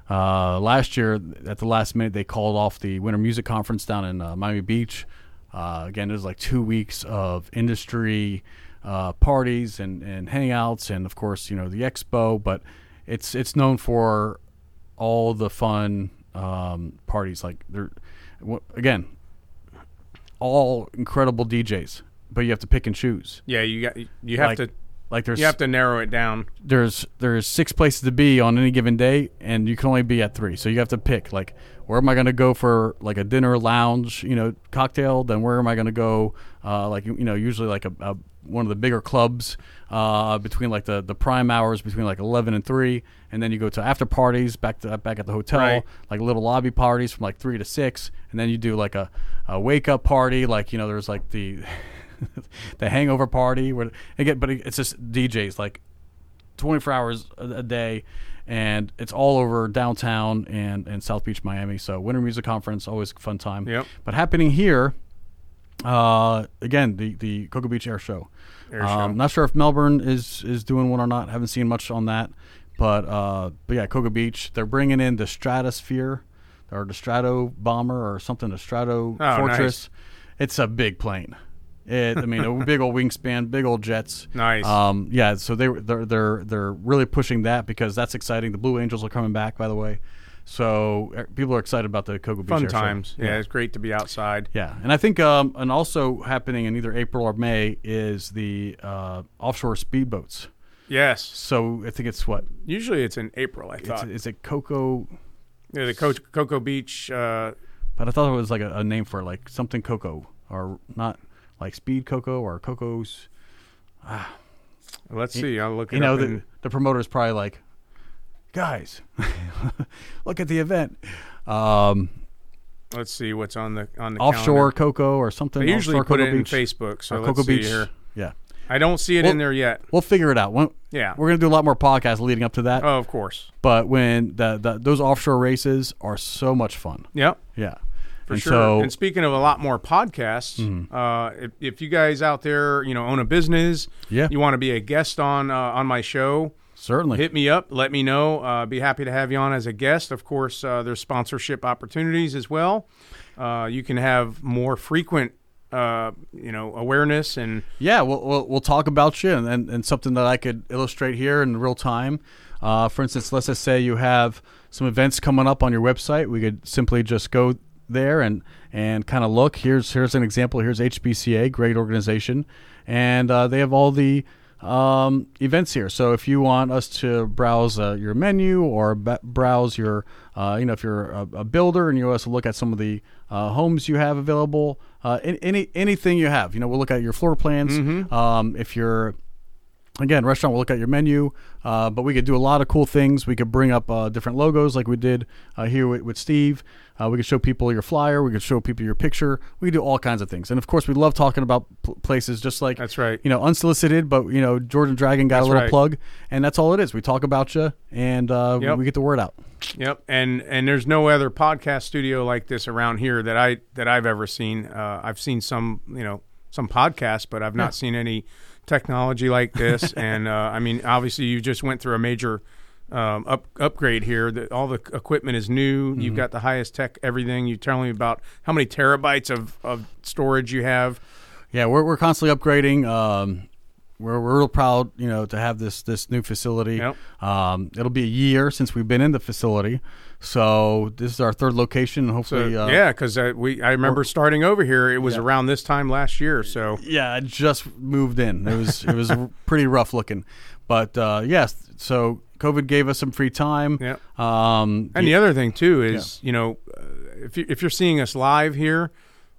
uh, last year at the last minute they called off the Winter Music Conference down in uh, Miami Beach. Uh, again, it was like two weeks of industry uh, parties and, and hangouts, and of course, you know the expo. But it's it's known for all the fun um, parties. Like they're wh- again, all incredible DJs, but you have to pick and choose. yeah, you got you have like, to like there's you have to narrow it down. there's there's six places to be on any given day, and you can only be at three. So you have to pick like where am I going to go for like a dinner lounge, you know, cocktail? Then where am I going to go? Uh, like you you know, usually like a, a one of the bigger clubs uh, between like the, the prime hours between like eleven and three, and then you go to after parties back to back at the hotel, Right. like little lobby parties from like three to six, and then you do like a, a wake up party. Like you know, there's like the [laughs] the hangover party where again, but it's just DJs like 24 hours a, a day and it's all over downtown and, and south beach miami so winter music conference always a fun time Yep. but happening here uh, again the, the cocoa beach air show Air um, not sure if melbourne is is doing one or not haven't seen much on that but uh, but yeah cocoa beach they're bringing in the stratosphere or the strato bomber or something the strato Oh, nice. fortress it's a big plane it, I mean, a big old wingspan, big old jets. Nice. Um, yeah, so they were- they're they're they're really pushing that because that's exciting. The Blue Angels are coming back, by the way, so er, people are excited about the Cocoa Beach. Fun Air Show. times. Yeah, it's great to be outside. Yeah, and I think um, and also happening in either April or May is the uh, offshore speedboats. Yes. So I think it's what Usually it's in April, I it's, thought. is it Cocoa? yeah, the Co- Cocoa Beach uh, But I thought it was like a, a name for it, like something Cocoa or not like Speed Cocoa or Coco's. Let's see. I'll look. It you know, up the, and- the promoter's probably like, [laughs] guys, look at the event. Um, Let's see what's on the on the offshore Calendar. cocoa or something. They usually offshore put Cocoa it in Beach, Facebook. So or let's Cocoa see Beach. here. Yeah, I don't see it Well- in there yet. we'll figure it out. When, Yeah. we're gonna do a lot more podcasts leading up to that. Oh, of course. But when the, the those offshore races are so much fun. Yep. Yeah, For and sure. So, Hmm. and speaking of a lot more podcasts, uh, if, if you guys out there, you know, own a business, Yeah. you want to be a guest on uh, on my show, certainly. hit me up. Let me know. Uh, be happy to have you on as a guest. Of course, uh, there's sponsorship opportunities as well. Uh, you can have more frequent, uh, you know, awareness and Yeah, we'll, we'll, we'll talk about you and, and, and something that I could illustrate here in real time. Uh, for instance, let's just say you have some events coming up on your website. We could simply just go there and, and kind of look. Here's here's an example. Here's HBCA, great organization, and uh, they have all the um, events here. So if you want us to browse uh, your menu or b- browse your, uh, you know, if you're a, a builder and you want us to look at some of the uh, homes you have available, uh, an- any anything you have, you know, we'll look at your floor plans. Mm-hmm. Um, if you're Again, restaurant. We'll look at your menu, uh, but we could do a lot of cool things. We could bring up uh, different logos, like we did uh, here with, with Steve. Uh, we could show people your flyer. We could show people your picture. We could do all kinds of things. And of course, we love talking about pl- places, just like That's right. you know, unsolicited, but you know, Jordan Dragon got That's a little right. plug, and that's all it is. We talk about you, and uh, Yep. we get the word out. Yep, and and there's no other podcast studio like this around here that I that I've ever seen. Uh, I've seen some, you know, some podcasts, but I've not seen any technology like this. and uh, I mean, obviously, you just went through a major um, up, upgrade here. That all the c- equipment is new. You've got the highest tech everything. You tell me about how many terabytes of, of storage you have. Yeah, we're, we're constantly upgrading. Um, we're, we're real proud, you know, to have this this new facility. Yep. Um, it'll be a year since we've been in the facility, so this is our third location. and So, Hopefully, uh, yeah, because I, we I remember starting over here. It was around this time last year. So yeah, I just moved in. It was [laughs] it was pretty rough looking, but uh, yes, so COVID gave us some free time. Yep. Um, And the other thing too is, you know, uh, if you, if you're seeing us live here,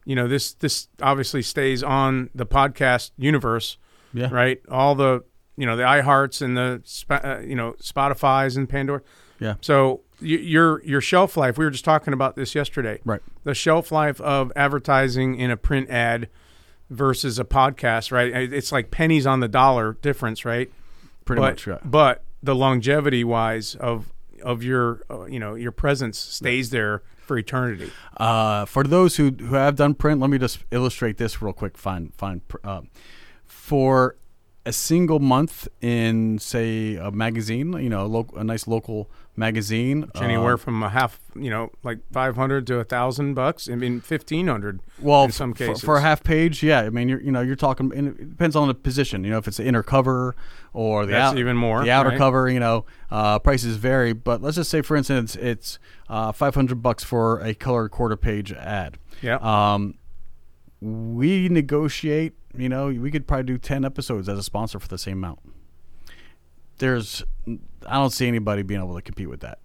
you know this this obviously stays on the podcast universe, Yeah. right? All the you know the iHearts and the Sp- uh, you know Spotify's and Pandora. Yeah. So y- your your shelf life. We were just talking about this yesterday. Right. The shelf life of advertising in a print ad versus a podcast, right? It- It's like pennies on the dollar difference, right? pretty but, much. Yeah. But the longevity wise of of your uh, you know your presence stays there for eternity. Uh, for those who who have done print, let me just illustrate this real quick. Fine, fine. pr- Um, for a single month in, say, a magazine, you know, a, loc a nice local magazine, uh, It's Anywhere from a half, you know, like five hundred to a thousand bucks. I mean, fifteen hundred. well, in some f- for- cases, for a half page, yeah. I mean, you're, you know, you're talking. And it depends on the position. You know, if it's the inner cover or the That's out- even more, the outer right? cover. You know, uh, prices vary. But let's just say, for instance, it's uh, five hundred bucks for a color quarter page ad. Yeah. Um, we negotiate. You know, we could probably do ten episodes as a sponsor for the same amount. There's, I don't see anybody being able to compete with that.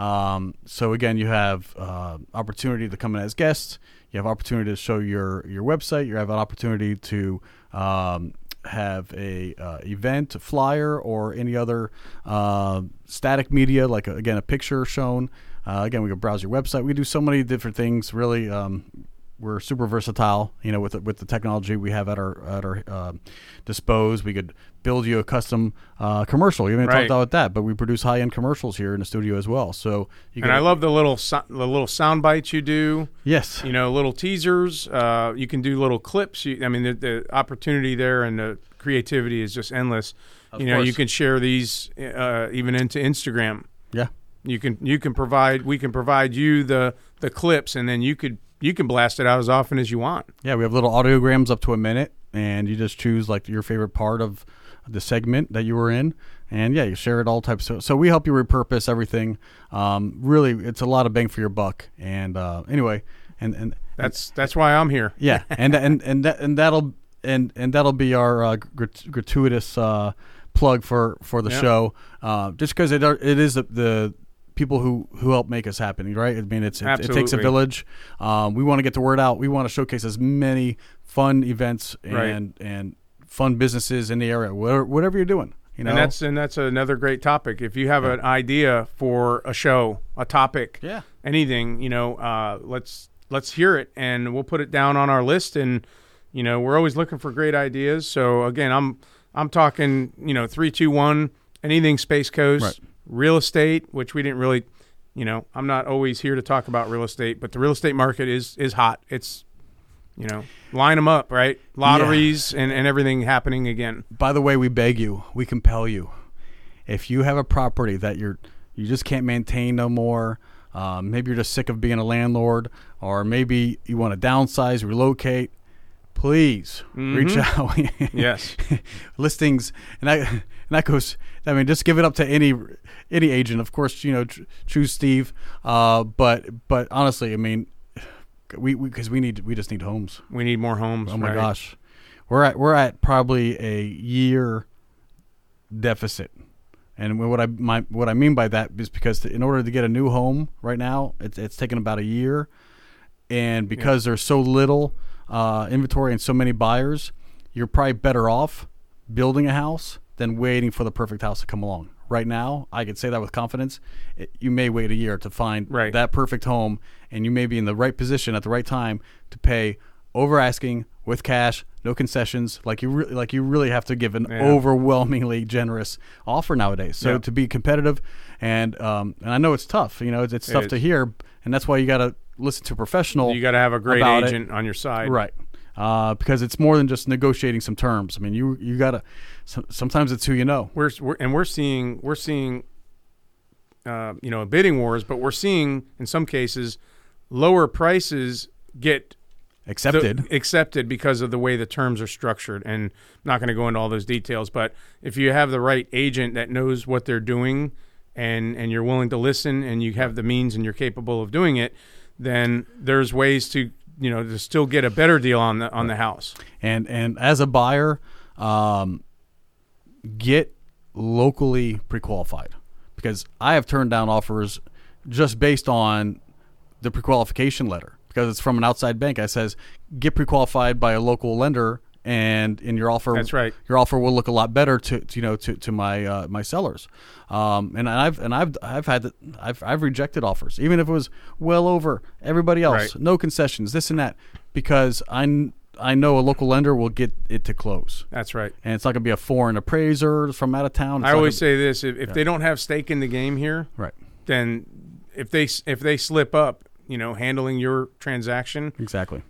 Um, so again, you have uh, opportunity to come in as guests. You have opportunity to show your your website. You have an opportunity to um, have a uh, event a flyer or any other uh, static media, like again a picture shown. Uh, again, we can browse your website. We do so many different things. Really, um, we're super versatile. You know, with the, with the technology we have at our at our um dispose, we could build you a custom uh, commercial. You haven't Right. talked about that, but we produce high end commercials here in the studio as well. So you and I love the little so- the little sound bites you do. yes, You know, little teasers. Uh, you can do little clips. You, I mean, the, the opportunity there and the creativity is just endless. you know, you course. can share these uh, even into Instagram. yeah, You can you can provide we can provide you the the clips and then you could you can blast it out as often as you want. yeah. We have little audiograms up to a minute, and you just choose like your favorite part of the segment that you were in, and yeah, you share it all types. Of, so we help you repurpose everything. Um, really, it's a lot of bang for your buck. And uh, anyway, and and That's that's why I'm here. yeah and and and that and that'll and and that'll be our uh, grat- gratuitous uh, plug for for the Yeah. show uh, just because it are, it is the, the people who who help make us happen right i mean it's it, it takes a Absolutely. village um, we want to get the word out we want to showcase as many fun events and Right. and fun businesses in the area whatever, whatever you're doing you know And that's and that's another great topic. If you have an idea for a show, a topic, Yeah. anything, you know, uh, let's let's hear it and we'll put it down on our list and you know we're always looking for great ideas so again i'm i'm talking you know 321 anything space coast Right. real estate which we didn't really you know i'm not always here to talk about real estate but the real estate market is is hot it's you know line them up right lotteries and, and everything happening again By the way, we beg you, we compel you. If you have a property that you're you just can't maintain no more, uh, maybe you're just sick of being a landlord, or maybe you want to downsize, relocate, please reach [laughs] out. yes [laughs] listings, and I and that goes. I mean, just give it up to any any agent. Of course, you know, tr- choose Steve. Uh, but but honestly, I mean, we because we, need we just need homes. we need more homes Oh my right? gosh, we're at we're at probably a year deficit, and what I my what I mean by that is because in order to get a new home right now, it's it's taken about a year, and because there's so little uh, inventory and so many buyers, you're probably better off building a house than waiting for the perfect house to come along. Right now, I could say that with confidence. It, you may wait a year to find Right. that perfect home, and you may be in the right position at the right time to pay over asking with cash, no concessions. Like you, re- like you really have to give an Yeah. overwhelmingly generous offer nowadays. So Yeah. to be competitive, and um, and I know it's tough. You know, it's, it's tough is. to hear, and that's why you got to listen to a professional. you got to have a great About it. agent on your side Right. Uh, because it's more than just negotiating some terms. I mean, you you gotta. So, sometimes it's who you know. we're, we're and we're seeing we're seeing uh, you know bidding wars, but we're seeing in some cases lower prices get the- Accepted. accepted because of the way the terms are structured. And I'm not going to go into all those details, but if you have the right agent that knows what they're doing and and you're willing to listen and you have the means and you're capable of doing it, then there's ways to you know to still get a better deal on the on the house. and and as a buyer, um, get locally pre-qualified because I have turned down offers just based on the pre-qualification letter because it's from an outside bank. I says get pre-qualified by a local lender, and in your offer, That's right. Your offer will look a lot better to, to you know to, to my uh, my sellers, um, and I've and I've I've had the, I've I've rejected offers even if it was well over everybody else, Right. no concessions, this and that, because I kn- I know a local lender will get it to close, That's right. and it's not going to be a foreign appraiser from out of town. It's I not always gonna- say this: if, if they don't have stake in the game here, right, then if they if they slip up, you know, handling your transaction, exactly.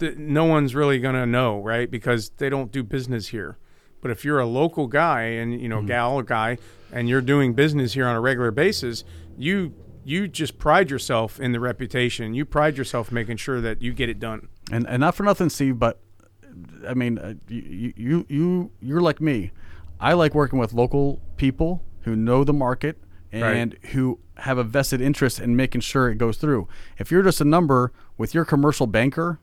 th- no one's really going to know, right? Because they don't do business here. But if you're a local guy and you know gal or guy, and you're doing business here on a regular basis, you you just pride yourself in the reputation. You pride yourself making sure that you get it done. and and not for nothing, Steve, but I mean, uh, you you you you're like me. I like working with local people who know the market and who have a vested interest in making sure it goes through. If you're just a number with your commercial banker,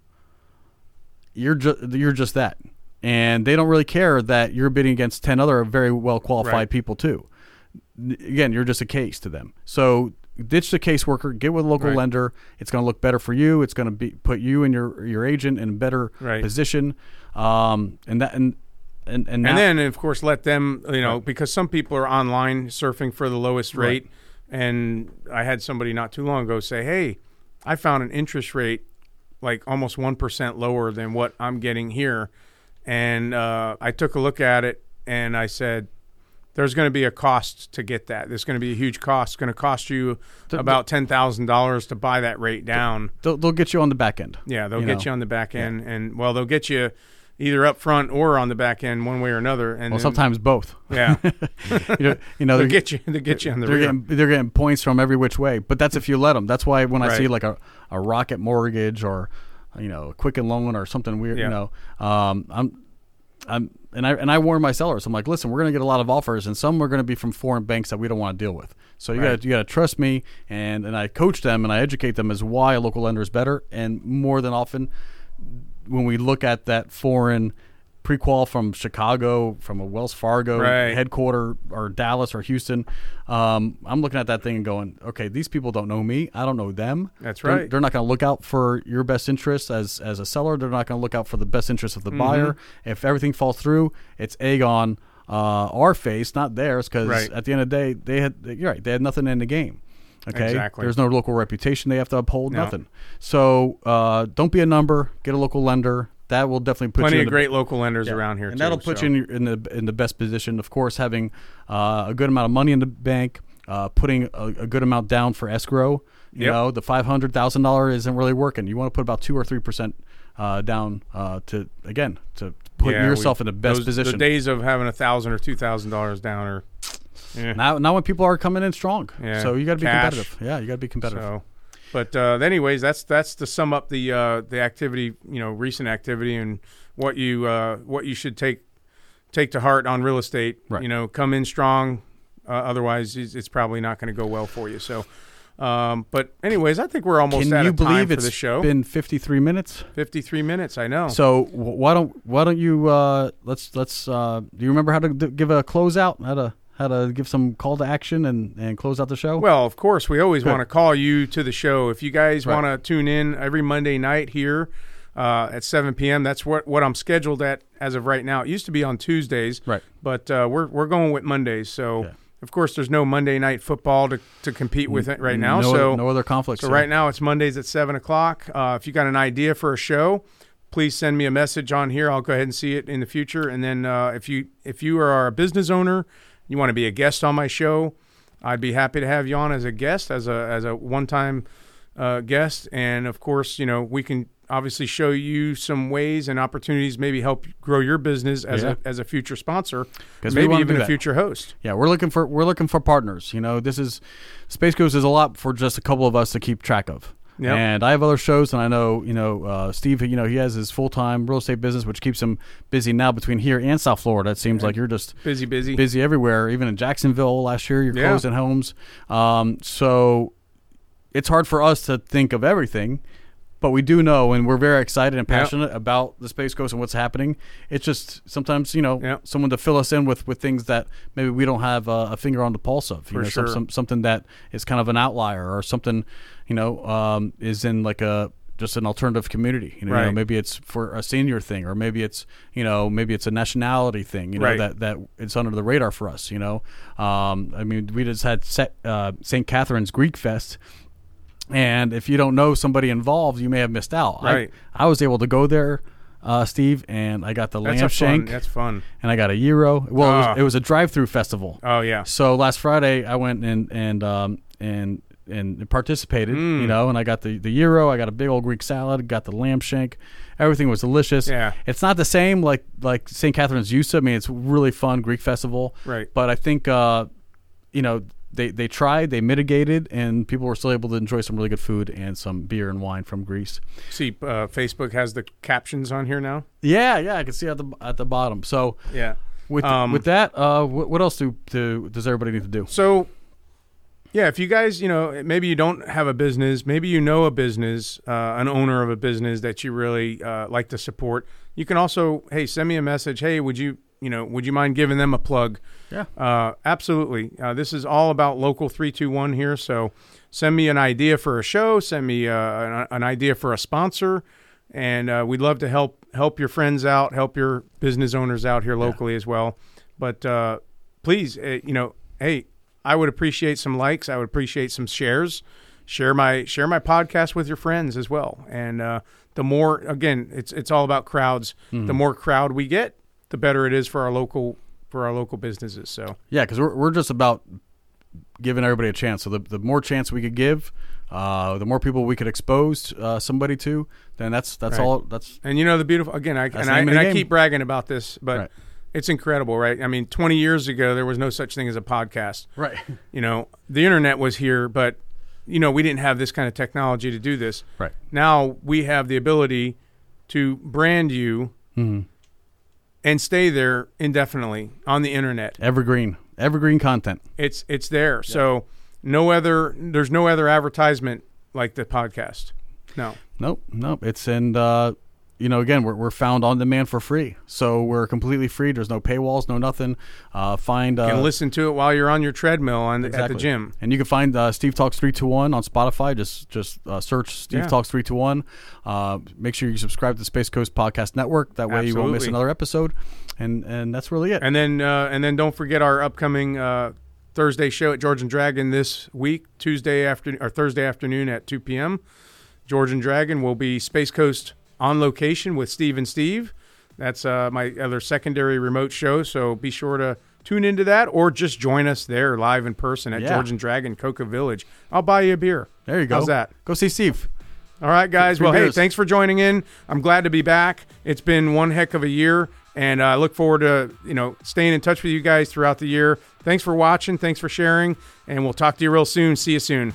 you're just you're just that, and they don't really care that you're bidding against ten other very well qualified Right. people too. N- Again, you're just a case to them. So ditch the caseworker, get with a local Right. lender. It's going to look better for you. It's going to be put you and your your agent in a better Right. position. Um, and that and and and, now, And then, of course, let them, you know, because some people are online surfing for the lowest rate. And I had somebody not too long ago say, Hey, I found an interest rate like almost 1% lower than what I'm getting here. And uh, I took a look at it and I said, there's going to be a cost to get that. There's going to be a huge cost. It's going to cost you about ten thousand dollars to buy that rate down. they'll, they'll get you on the back end. Yeah, they'll you get know. you on the back end, and well, they'll get you either up front or on the back end, one way or another. And then- Well, sometimes both. [laughs] yeah, you know, you they'll know they're- get you. They'll get you on the they're rear. getting they're getting points from every which way. But that's if you let them. That's why when I Right. see like a, a Rocket Mortgage or you know a Quicken Loan or something weird, Yeah. you know, um, I'm I'm and I and I warn my sellers. I'm like, listen, we're gonna get a lot of offers, and some are gonna be from foreign banks that we don't want to deal with. So you Right. gotta you gotta trust me, and and I coach them and I educate them as why a local lender is better, and more than often when we look at that foreign prequal from Chicago, from a Wells Fargo Right. headquarter or Dallas or Houston, um, I'm looking at that thing and going, okay, these people don't know me. I don't know them. That's They're- They're, right. not going to look out for your best interest as as a seller. They're not going to look out for the best interest of the Mm-hmm. buyer. If everything falls through, it's egg on uh, our face, not theirs, because Right. at the end of the day, they had you're right, they had nothing in the game. Okay. Exactly. There's no local reputation they have to uphold. No. Nothing. So uh, don't be a number. Get a local lender. That will definitely put Plenty you of in the- great local lenders Yeah. around here, and too, that'll put so. you in, your, in the in the best position. Of course, having uh, a good amount of money in the bank, uh, putting a, a good amount down for escrow. You Yep. know, the five hundred thousand dollar isn't really working. You want to put about two or three percent uh, down uh, to again to put Yeah, we- yourself in the best those- The position. days of having a thousand or two thousand dollars down are eh, now, now when people are coming in strong, Yeah. so you got to be Cash. competitive. Yeah, you got to be competitive. so. But uh, anyways, that's that's to sum up the uh, the activity, you know, recent activity and what you uh, what you should take take to heart on real estate. Right. You know, come in strong. Uh, otherwise, it's, it's probably not going to go well for you. So, um, but anyways, I think we're almost Can out you of time believe for it's the show. been fifty three minutes? Fifty three minutes. I know. So wh- why don't why don't you uh, let's let's uh, do you remember how to d- give a closeout? How to how to give some call to action and and close out the show? Well, of course, we always Good. want to call you to the show. If you guys Right. want to tune in every Monday night here uh, at 7 p.m., that's what, what I'm scheduled at as of right now. It used to be on Tuesdays, Right. but uh, we're, we're going with Mondays. So, Yeah. of course, there's no Monday night football to, to compete with it right now. no, so, no other conflicts. so right now it's Mondays at seven o'clock. Uh, if you got an idea for a show, please send me a message on here. I'll go ahead and see it in the future. And then uh, if you if you are a business owner, you want to be a guest on my show, I'd be happy to have you on as a guest, as a as a one time uh, guest. And of course, you know we can obviously show you some ways and opportunities, maybe help grow your business as Yeah. a as a future sponsor, 'Cause we maybe wanna do even a that. future host. Yeah, we're looking for we're looking for partners. You know, this is Space Ghost is a lot for just a couple of us to keep track of. Yep. And I have other shows, and I know you know uh, Steve. You know he has his full time real estate business, which keeps him busy now between here and South Florida. It seems like you're just Busy, busy. busy everywhere. Even in Jacksonville last year, you're Yeah. closing homes. Um, so it's hard for us to think of everything, but we do know, and we're very excited and Yeah. passionate about the Space Coast and what's happening. It's just sometimes you know Yeah. someone to fill us in with with things that maybe we don't have uh, a finger on the pulse of. You For know, some- sure. some, something that is kind of an outlier or something, you know, um, is in like a just an alternative community. You know, you know, Right. maybe it's for a senior thing, or maybe it's you know maybe it's a nationality thing. You know Right. that that it's under the radar for us. You know, um, I mean, we just had set, uh, St. Catherine's Greek Fest, and if you don't know somebody involved, you may have missed out. Right. I, I was able to go there, uh, Steve, and I got the That's lamb a fun. shank, That's fun. and I got a gyro. Well, it, Ah. was, it was a drive-through festival. Oh yeah. So last Friday, I went and and um, and and participated. Mm. You know, and I got the the gyro. I got a big old Greek salad. Got the lamb shank. Everything was delicious. Yeah. it's not the same like like St. Catherine's used to. I mean, it's really fun Greek festival. Right. But I think uh, you know. They, they tried, they mitigated, and people were still able to enjoy some really good food and some beer and wine from Greece. See, uh, Facebook has the captions on here now. Yeah, yeah, I can see at the at the bottom. So Yeah. with Um, with that, uh, what, what else do, do does everybody need to do? So, yeah, if you guys, you know, maybe you don't have a business, maybe you know a business, uh, an owner of a business that you really uh, like to support, you can also, hey, send me a message. Hey, would you, you know, would you mind giving them a plug? Yeah. Uh, absolutely. Uh, this is all about local 321 here. So send me an idea for a show, send me uh, an, an idea for a sponsor, and uh, we'd love to help help your friends out, help your business owners out here locally as well. But uh, please, uh, you know, hey, I would appreciate some likes. I would appreciate some shares. Share my share my podcast with your friends as well. And uh, the more, again, it's it's all about crowds. Hmm. The more crowd we get, the better it is for our local for our local businesses. So Yeah, because we're, we're just about giving everybody a chance. So the, the more chance we could give, uh, the more people we could expose uh, somebody to, then that's that's Right. all. That's [laughs] And you know the beautiful again, I and the I, name of and the I game. keep bragging about this, but Right. it's incredible, right? I mean, 20 years ago there was no such thing as a podcast. right, You know, the internet was here, but you know, we didn't have this kind of technology to do this. right, Now we have the ability to brand you Mm-hmm. and stay there indefinitely on the internet. evergreen, evergreen content. It's it's there. So no other there's no other advertisement like the podcast. No. Nope, nope. It's and uh, you know again we're we're found on demand for free, so we're completely free. There's no paywalls, no nothing. Uh, find uh, And listen to it while you're on your treadmill on the, at the Exactly. gym. And you can find uh, Steve Talks three two one on Spotify. Just just uh, search Steve Yeah. Talks three two one. Uh, make sure you subscribe to the Space Coast Podcast Network. That way you won't miss Absolutely. another episode. And and that's really it. And then uh, and then don't forget our upcoming uh, Thursday show at Georgian Dragon this week, Tuesday afternoon or Thursday afternoon at 2 p.m. Georgian Dragon will be Space Coast on location with Steve and Steve. That's uh, my other secondary remote show, so be sure to tune into that or just join us there live in person at Yeah. Georgian Dragon, Coca Village. I'll buy you a beer. There you go. How's that? Go see Steve. All right, guys. Three Well, hey, beers. thanks for joining in. I'm glad to be back. It's been one heck of a year, and I look forward to you know staying in touch with you guys throughout the year. Thanks for watching. Thanks for sharing, and we'll talk to you real soon. See you soon.